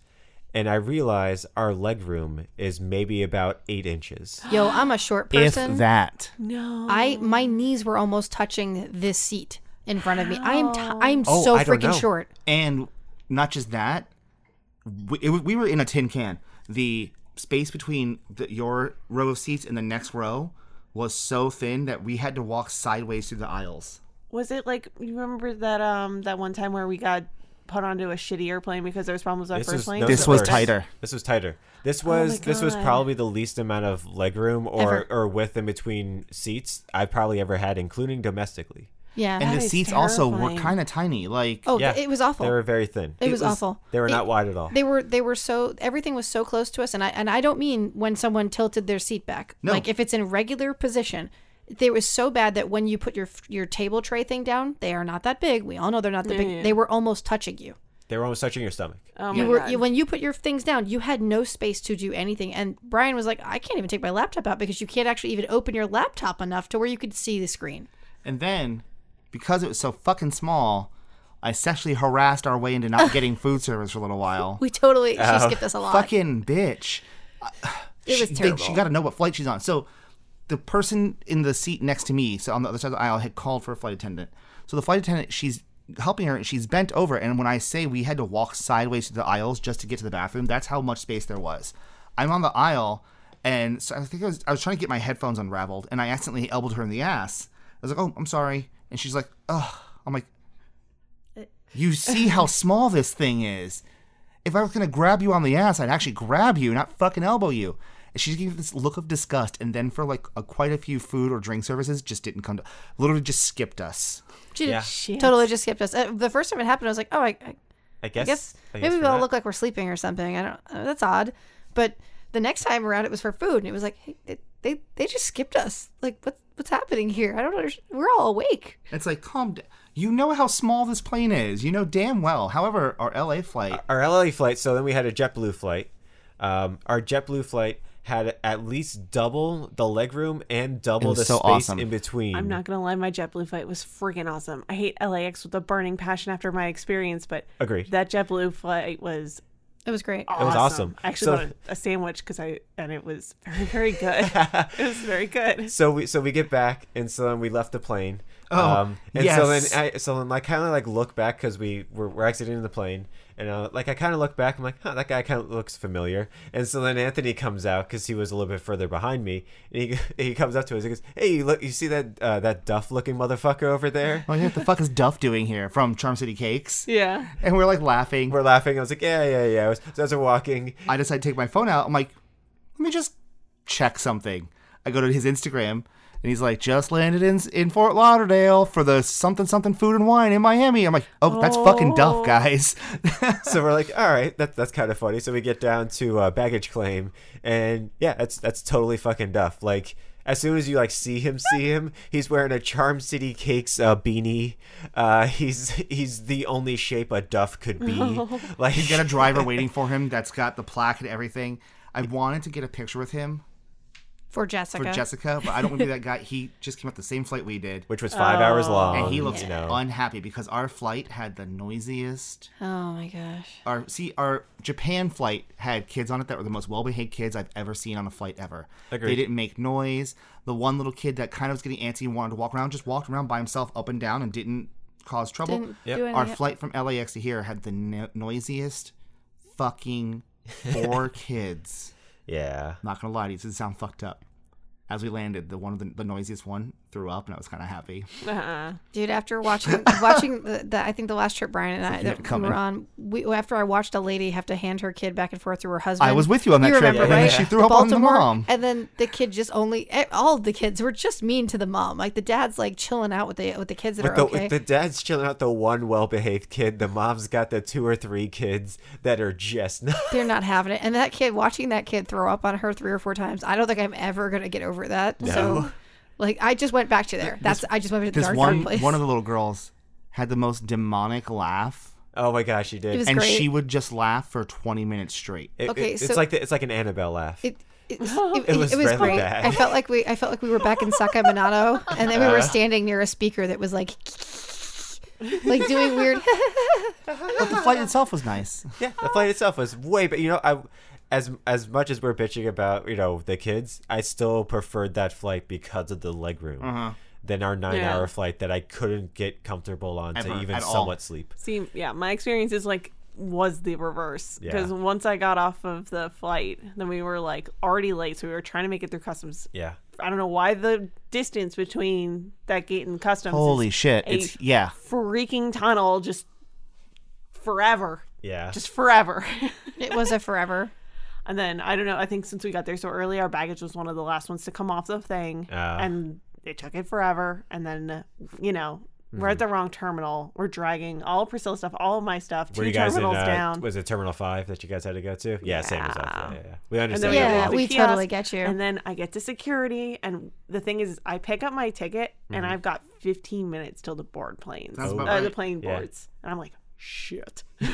Speaker 3: And I realize our leg room is maybe about eight inches.
Speaker 2: Yo, I'm a short
Speaker 1: If
Speaker 2: person.
Speaker 1: that.
Speaker 4: No.
Speaker 2: I my knees were almost touching this seat in front of me. I am t- I'm
Speaker 3: Oh,
Speaker 2: so
Speaker 3: I don't
Speaker 2: freaking
Speaker 3: know.
Speaker 2: short.
Speaker 1: And not just that, we, it, was- we were in a tin can. The space between the, your row of seats and the next row was so thin that we had to walk sideways through the aisles.
Speaker 4: Was it like you remember that um that one time where we got put onto a shitty airplane because there was problems with our first plane?
Speaker 3: no,
Speaker 1: This was
Speaker 3: worse.
Speaker 1: tighter.
Speaker 3: This was tighter. This
Speaker 2: Oh
Speaker 3: was this was
Speaker 4: God.
Speaker 3: probably the least amount of legroom or or width in between seats I've probably ever had, including domestically.
Speaker 2: Yeah.
Speaker 1: And
Speaker 4: That
Speaker 1: the
Speaker 4: is
Speaker 1: seats also were
Speaker 4: terrifying.
Speaker 1: kind of tiny. Like,
Speaker 2: oh,
Speaker 3: Yeah,
Speaker 2: it was awful.
Speaker 3: They were very thin.
Speaker 2: It was awful.
Speaker 3: They were
Speaker 2: It-
Speaker 3: not wide at all.
Speaker 2: they were they were so everything was so close to us and I and I don't mean when someone tilted their seat back.
Speaker 1: No.
Speaker 2: Like if it's in regular position, they was so bad that when you put your your table tray thing down, they are not that big. We all know they're not that big. They were almost touching you.
Speaker 3: They were almost touching your stomach.
Speaker 4: Oh my
Speaker 2: You were
Speaker 4: God.
Speaker 2: you, when you put your things down, you had no space to do anything. And Brian was like, "I can't even take my laptop out because you can't actually even open your laptop enough to where you could see the screen."
Speaker 1: And then, because it was so fucking small, I sexually harassed our way into not getting food service for a little while.
Speaker 2: We totally she skipped us a lot.
Speaker 1: Oh. fucking bitch.
Speaker 2: It was
Speaker 1: she,
Speaker 2: terrible.
Speaker 1: she got to know what flight she's on. So the person in the seat next to me, so on the other side of the aisle, had called for a flight attendant. So the flight attendant, she's helping her, and she's bent over. And when I say we had to walk sideways through the aisles just to get to the bathroom, that's how much space there was. I'm on the aisle, and so I think I was, I was trying to get my headphones unraveled, and I accidentally elbowed her in the ass. I was like, "Oh, I'm sorry," and she's like, "Ugh." I'm like,
Speaker 2: Uh,
Speaker 1: "You see how small this thing is." if I was gonna grab you on the ass, I'd actually grab you, not fucking elbow you. And she gave this look of disgust, and then for like a, quite a few food or drink services, just didn't come to. Literally, just skipped us.
Speaker 2: She
Speaker 3: Yeah.
Speaker 2: she totally just skipped us. Uh, the first time it happened, I was like, "Oh, I, I
Speaker 3: I guess.
Speaker 2: I guess
Speaker 3: I
Speaker 2: maybe
Speaker 3: for
Speaker 2: we all
Speaker 3: that.
Speaker 2: look like we're sleeping or something. I don't. Uh, that's odd. But the next time around, it was for food, and it was like hey, they, they they just skipped us. Like what what's happening here? I don't understand. We're all awake.
Speaker 1: And it's like, calm down. You know how small this plane is. You know damn well. However, our LA flight,
Speaker 3: our LA flight. So then we had a JetBlue flight. Um, our JetBlue flight had at least double the legroom and double
Speaker 1: was
Speaker 3: the
Speaker 1: so
Speaker 3: space
Speaker 1: awesome.
Speaker 3: in between.
Speaker 4: I'm not gonna lie, my JetBlue flight was freaking awesome. I hate LAX with a burning passion after my experience, but
Speaker 3: Agreed.
Speaker 4: That JetBlue flight was
Speaker 2: It was great.
Speaker 4: awesome.
Speaker 3: was awesome.
Speaker 4: I actually
Speaker 3: So-
Speaker 4: bought a, a sandwich because I and it was very very good. it was very good.
Speaker 3: so we so we get back and so then we left the plane
Speaker 1: Oh,
Speaker 3: um and so
Speaker 1: yes.
Speaker 3: then i so then i kind of like look back because we were, we're exiting the plane and uh, like i kind of look back i'm like huh, that guy kind of looks familiar and so then anthony comes out because he was a little bit further behind me and he, he comes up to us and goes hey you look you see that uh, that duff looking motherfucker over there
Speaker 1: oh yeah, what the fuck is Duff doing here from Charm City Cakes?
Speaker 4: Yeah.
Speaker 1: And we're like laughing.
Speaker 3: we're laughing i was like yeah yeah yeah so as we're walking
Speaker 1: I decide to take my phone out. I'm like, let me just check something. I go to his Instagram and he's like, just landed in in Fort Lauderdale for the something something food and wine in Miami. I'm like, oh, that's fucking Duff, guys.
Speaker 3: so we're like, all right, that, that's kind of funny. So we get down to uh, baggage claim, and yeah, that's that's totally fucking Duff. Like as soon as you like see him, see him, he's wearing a Charm City Cakes uh, beanie. Uh, he's he's the only shape a Duff could be. Like
Speaker 1: Got a driver waiting for him that's got the plaque and everything. I wanted to get a picture with him
Speaker 2: for Jessica.
Speaker 1: for Jessica, but I don't want to be that guy. He just came up the same flight we did.
Speaker 3: which was five hours
Speaker 4: Oh.
Speaker 3: long.
Speaker 1: And he looks
Speaker 3: you know.
Speaker 1: unhappy because our flight had the noisiest.
Speaker 2: oh my gosh.
Speaker 1: Our see, our Japan flight had kids on it that were the most well-behaved kids I've ever seen on a flight ever.
Speaker 3: Agreed.
Speaker 1: They didn't make noise. The one little kid that kind of was getting antsy and wanted to walk around just walked around by himself up and down and didn't cause trouble.
Speaker 2: Didn't
Speaker 3: Yep.
Speaker 2: do
Speaker 1: Our
Speaker 2: anything.
Speaker 1: flight from LAX to here had the no- noisiest fucking four kids.
Speaker 3: yeah.
Speaker 1: I'm not gonna lie to you, this is sound fucked up. As we landed, the one of the, the noisiest one threw up, and I was kind of happy.
Speaker 4: Uh-uh.
Speaker 2: Dude, after watching watching the, the I think the last trip Brian and I that we
Speaker 1: coming.
Speaker 2: were on, we, after I watched a lady have to hand her kid back and forth to her husband.
Speaker 1: I was with you on that
Speaker 2: you
Speaker 1: trip,
Speaker 2: remember,
Speaker 1: and
Speaker 2: right?
Speaker 1: then she threw up
Speaker 2: Baltimore,
Speaker 1: on the mom.
Speaker 2: and then the kid just only eh, all of the kids were just mean to the mom. Like the dad's like chilling out with the with the kids that
Speaker 3: But
Speaker 2: are
Speaker 3: the,
Speaker 2: okay.
Speaker 3: the dad's chilling out the one well behaved kid. The mom's got the two or three kids that are just not.
Speaker 2: They're not having it. And that kid watching that kid throw up on her three or four times. I don't think I'm ever gonna get over that. So, like I just went back to there. That's I just went back to the
Speaker 1: This
Speaker 2: dark,
Speaker 1: one,
Speaker 2: dark place.
Speaker 1: one of the little girls had the most demonic laugh,
Speaker 3: Oh my gosh, she did.
Speaker 2: It was- It's
Speaker 1: and
Speaker 2: great.
Speaker 1: she would just laugh for 20 minutes straight.
Speaker 3: It- it-
Speaker 2: Okay,
Speaker 3: it's
Speaker 2: so-
Speaker 3: like the, it's like an Annabelle laugh.
Speaker 2: It, it, it,
Speaker 3: was
Speaker 2: it, was
Speaker 3: really
Speaker 2: great.
Speaker 3: bad.
Speaker 2: I felt like we I felt like we were back in Sacramento, and then we
Speaker 1: Uh-huh.
Speaker 2: were standing near a speaker that was like, like doing weird.
Speaker 1: But the flight itself was nice.
Speaker 3: yeah, the flight itself was way, but you know, I as as much as we're bitching about you know the kids, I still preferred that flight because of the legroom
Speaker 1: Mm-hmm.
Speaker 3: Than our nine-hour
Speaker 4: Yeah.
Speaker 3: flight that I couldn't get comfortable on
Speaker 1: Ever,
Speaker 3: to even
Speaker 1: at all.
Speaker 3: somewhat sleep.
Speaker 4: See, yeah, my experience is like was the reverse
Speaker 3: Yeah.
Speaker 4: because once I got off of the flight, then we were like already late, so we were trying to make it through customs.
Speaker 3: Yeah,
Speaker 4: I don't know why the distance between that gate and customs.
Speaker 1: Holy
Speaker 4: is
Speaker 1: shit!
Speaker 4: a
Speaker 1: It's yeah.
Speaker 4: freaking tunnel, just forever,
Speaker 3: yeah.
Speaker 4: just forever.
Speaker 2: It was a forever.
Speaker 4: and then I don't know. I think since we got there so early, our baggage was one of the last ones to come off the thing,
Speaker 3: Ah.
Speaker 4: and it took it forever. And then uh, you know. We're
Speaker 3: Mm-hmm.
Speaker 4: at the wrong terminal. We're dragging all Priscilla stuff, all of my stuff, two
Speaker 3: were you guys in?
Speaker 4: terminals
Speaker 3: uh,
Speaker 4: down.
Speaker 3: Was it Terminal Five that you guys had to go to? Yeah, same as us. Yeah, yeah, yeah. We
Speaker 4: And
Speaker 3: understand.
Speaker 4: then
Speaker 2: Yeah,
Speaker 4: we,
Speaker 3: that.
Speaker 4: go to
Speaker 2: we
Speaker 4: the
Speaker 2: totally
Speaker 4: kiosk,
Speaker 2: get you.
Speaker 4: And then I get to security, and the thing is, I pick up my ticket,
Speaker 3: Mm-hmm.
Speaker 4: and I've got 15 minutes till the board planes,
Speaker 1: Sounds about
Speaker 4: uh, the
Speaker 1: right.
Speaker 4: plane
Speaker 3: Yeah.
Speaker 4: boards, and I'm like, shit.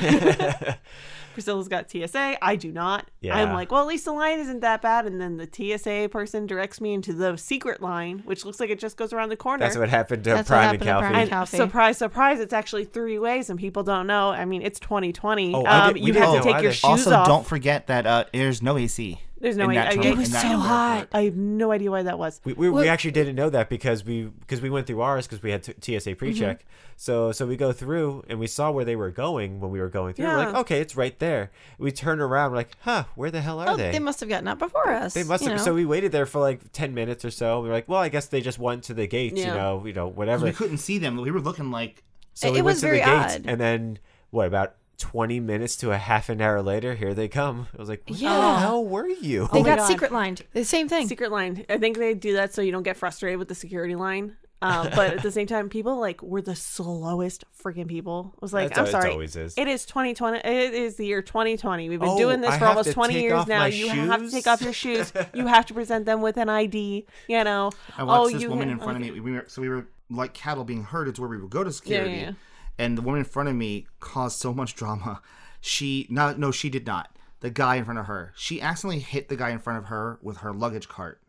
Speaker 4: Priscilla's got TSA. I do not.
Speaker 3: Yeah.
Speaker 4: I'm like, well, at least the line isn't that bad. And then the TSA person directs me into the secret line, which looks like it just goes around the corner.
Speaker 3: That's what happened to
Speaker 2: That's what
Speaker 3: Prime
Speaker 2: happened to
Speaker 3: and
Speaker 2: Prime
Speaker 3: Calfee.
Speaker 2: and
Speaker 4: and
Speaker 2: Calfee.
Speaker 4: surprise, surprise! It's actually three ways, and people don't know. I mean, it's 2020.
Speaker 3: Oh, I
Speaker 4: um,
Speaker 3: did- we
Speaker 4: you
Speaker 3: didn't
Speaker 4: have to
Speaker 3: know
Speaker 4: take
Speaker 3: either.
Speaker 4: your shoes
Speaker 1: Also,
Speaker 4: off.
Speaker 1: don't forget that uh, there's no AC.
Speaker 4: There's no
Speaker 1: in
Speaker 4: way-
Speaker 1: that
Speaker 4: I-
Speaker 1: terminal-
Speaker 4: It
Speaker 1: in
Speaker 4: was
Speaker 1: that
Speaker 2: so
Speaker 1: airport.
Speaker 2: hot.
Speaker 4: I have no idea why that was.
Speaker 3: We, we, we
Speaker 2: Well-
Speaker 3: actually didn't know that because we because we went through ours because we had t-
Speaker 2: Mm-hmm.
Speaker 3: TSA pre-check. So so we go through and we saw where they were going when we were going through. We're like,
Speaker 4: Yeah.
Speaker 3: okay, it's right there. We turn around, we're like, huh, where the hell are
Speaker 2: Oh,
Speaker 3: they?
Speaker 2: they must have gotten up before us.
Speaker 3: They must
Speaker 2: you
Speaker 3: have.
Speaker 2: know.
Speaker 3: So we waited there for like ten minutes or so. We were like, well, I guess they just went to the gates, you
Speaker 4: Yeah.
Speaker 3: know, you know,
Speaker 1: We
Speaker 3: whatever.
Speaker 1: couldn't see them. We were looking like
Speaker 3: So
Speaker 2: Mm-hmm. It
Speaker 3: we went
Speaker 2: was
Speaker 3: to
Speaker 2: very
Speaker 3: the gates,
Speaker 2: odd.
Speaker 3: and then what about twenty minutes to a half an hour later? Here they come. I was like, where the
Speaker 2: Yeah. Oh
Speaker 3: hell were you?
Speaker 2: they
Speaker 4: my
Speaker 2: got
Speaker 4: God.
Speaker 2: secret lined. The same thing.
Speaker 4: secret line. I think they do that so you don't get frustrated with the security line. Um, but at the same time, people like were the slowest freaking people. I was like,
Speaker 3: That's
Speaker 4: I'm
Speaker 3: how it
Speaker 4: sorry,
Speaker 3: always is.
Speaker 4: It is 2020. It is the year 2020. We've been
Speaker 3: Oh,
Speaker 4: doing this
Speaker 3: I
Speaker 4: for
Speaker 3: have
Speaker 4: almost
Speaker 3: to
Speaker 4: 20
Speaker 3: take
Speaker 4: years
Speaker 3: off
Speaker 4: now.
Speaker 3: my
Speaker 4: You have to
Speaker 3: shoes?
Speaker 4: take off your shoes. you have to present them with an ID. You know.
Speaker 1: I watched
Speaker 4: oh,
Speaker 1: this
Speaker 4: you
Speaker 1: woman
Speaker 4: ha-
Speaker 1: in front of me. We were, so we were like cattle being herded to where we would go to
Speaker 4: yeah,
Speaker 1: security.
Speaker 4: yeah.
Speaker 1: And the woman in front of me caused so much drama. She no no she did not. The guy in front of her. She accidentally hit the guy in front of her with her luggage cart.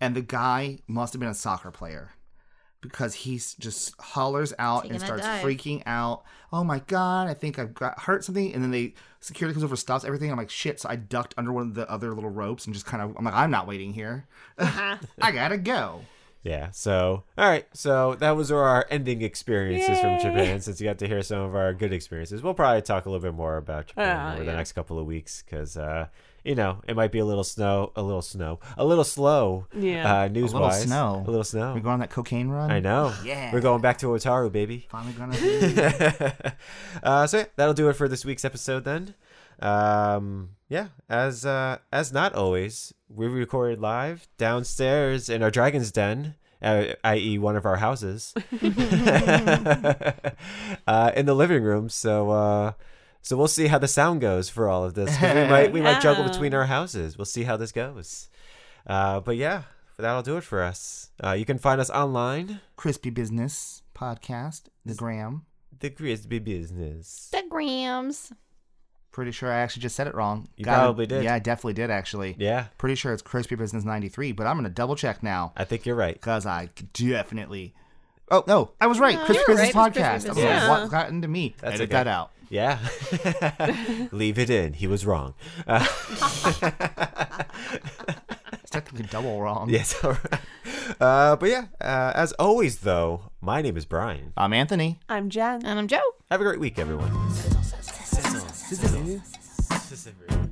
Speaker 1: And the guy must have been a soccer player because he s- just hollers out
Speaker 2: Taking
Speaker 1: and
Speaker 2: a
Speaker 1: starts
Speaker 2: dive.
Speaker 1: freaking out. Oh my god, I think I've got hurt something. And then they security comes over, stops everything. I'm like shit. So I ducked under one of the other little ropes and just kind of I'm like I'm not waiting here.
Speaker 2: Uh-huh.
Speaker 1: I gotta go.
Speaker 3: Yeah. So, all right. So that was our ending experiences from Japan. Since you got to hear some of our good experiences, we'll probably talk a little bit more about Japan
Speaker 4: Uh,
Speaker 3: over the
Speaker 4: yeah.
Speaker 3: next couple of weeks because, uh, you know, it might be a little snow, a little snow, a little slow.
Speaker 4: Yeah.
Speaker 3: Uh, news wise,
Speaker 1: snow.
Speaker 3: a little
Speaker 1: We
Speaker 3: snow.
Speaker 1: go on that cocaine run.
Speaker 3: I know.
Speaker 1: Yeah.
Speaker 3: We're going back to Otaru, baby.
Speaker 1: Finally gonna. be-
Speaker 3: uh, so yeah, that'll do it for this week's episode then. Um, yeah, as uh, as not always, we recorded live downstairs in our dragon's den, uh, i.e., one of our houses, uh, in the living room. So uh, so we'll see how the sound goes for all of this. 'cause We might we might juggle
Speaker 4: Yeah.
Speaker 3: between our houses. We'll see how this goes. Uh, but yeah, that'll do it for us. Uh, you can find us online.
Speaker 1: Crispy Business Podcast, the Gram.
Speaker 3: The Grisby Business.
Speaker 2: the grams.
Speaker 1: Pretty sure I actually just said it wrong.
Speaker 3: You
Speaker 1: it.
Speaker 3: probably did.
Speaker 1: Yeah, I definitely did actually.
Speaker 3: Yeah,
Speaker 1: Pretty sure it's Crispy Business 93, but I'm going to double check now
Speaker 3: I think you're right.
Speaker 1: because I definitely. Oh, no, I was right.
Speaker 2: No,
Speaker 1: Crispy
Speaker 2: you were
Speaker 1: Business
Speaker 2: right, it's Crispy
Speaker 1: Podcast. I
Speaker 2: Business.
Speaker 1: don't know
Speaker 4: Yeah.
Speaker 1: what got into me.
Speaker 3: That's
Speaker 1: Edit
Speaker 3: okay.
Speaker 1: that out.
Speaker 3: Yeah, leave it in. He was wrong. Uh,
Speaker 1: It's technically double wrong.
Speaker 3: yes, all right. Uh, but yeah, uh, as always, though, my name is Brian.
Speaker 1: I'm Anthony.
Speaker 4: I'm Jen.
Speaker 2: And I'm Joe.
Speaker 3: Have a great week, everyone. Sizzle, sizzle, sizzle. Sizzle, sizzle.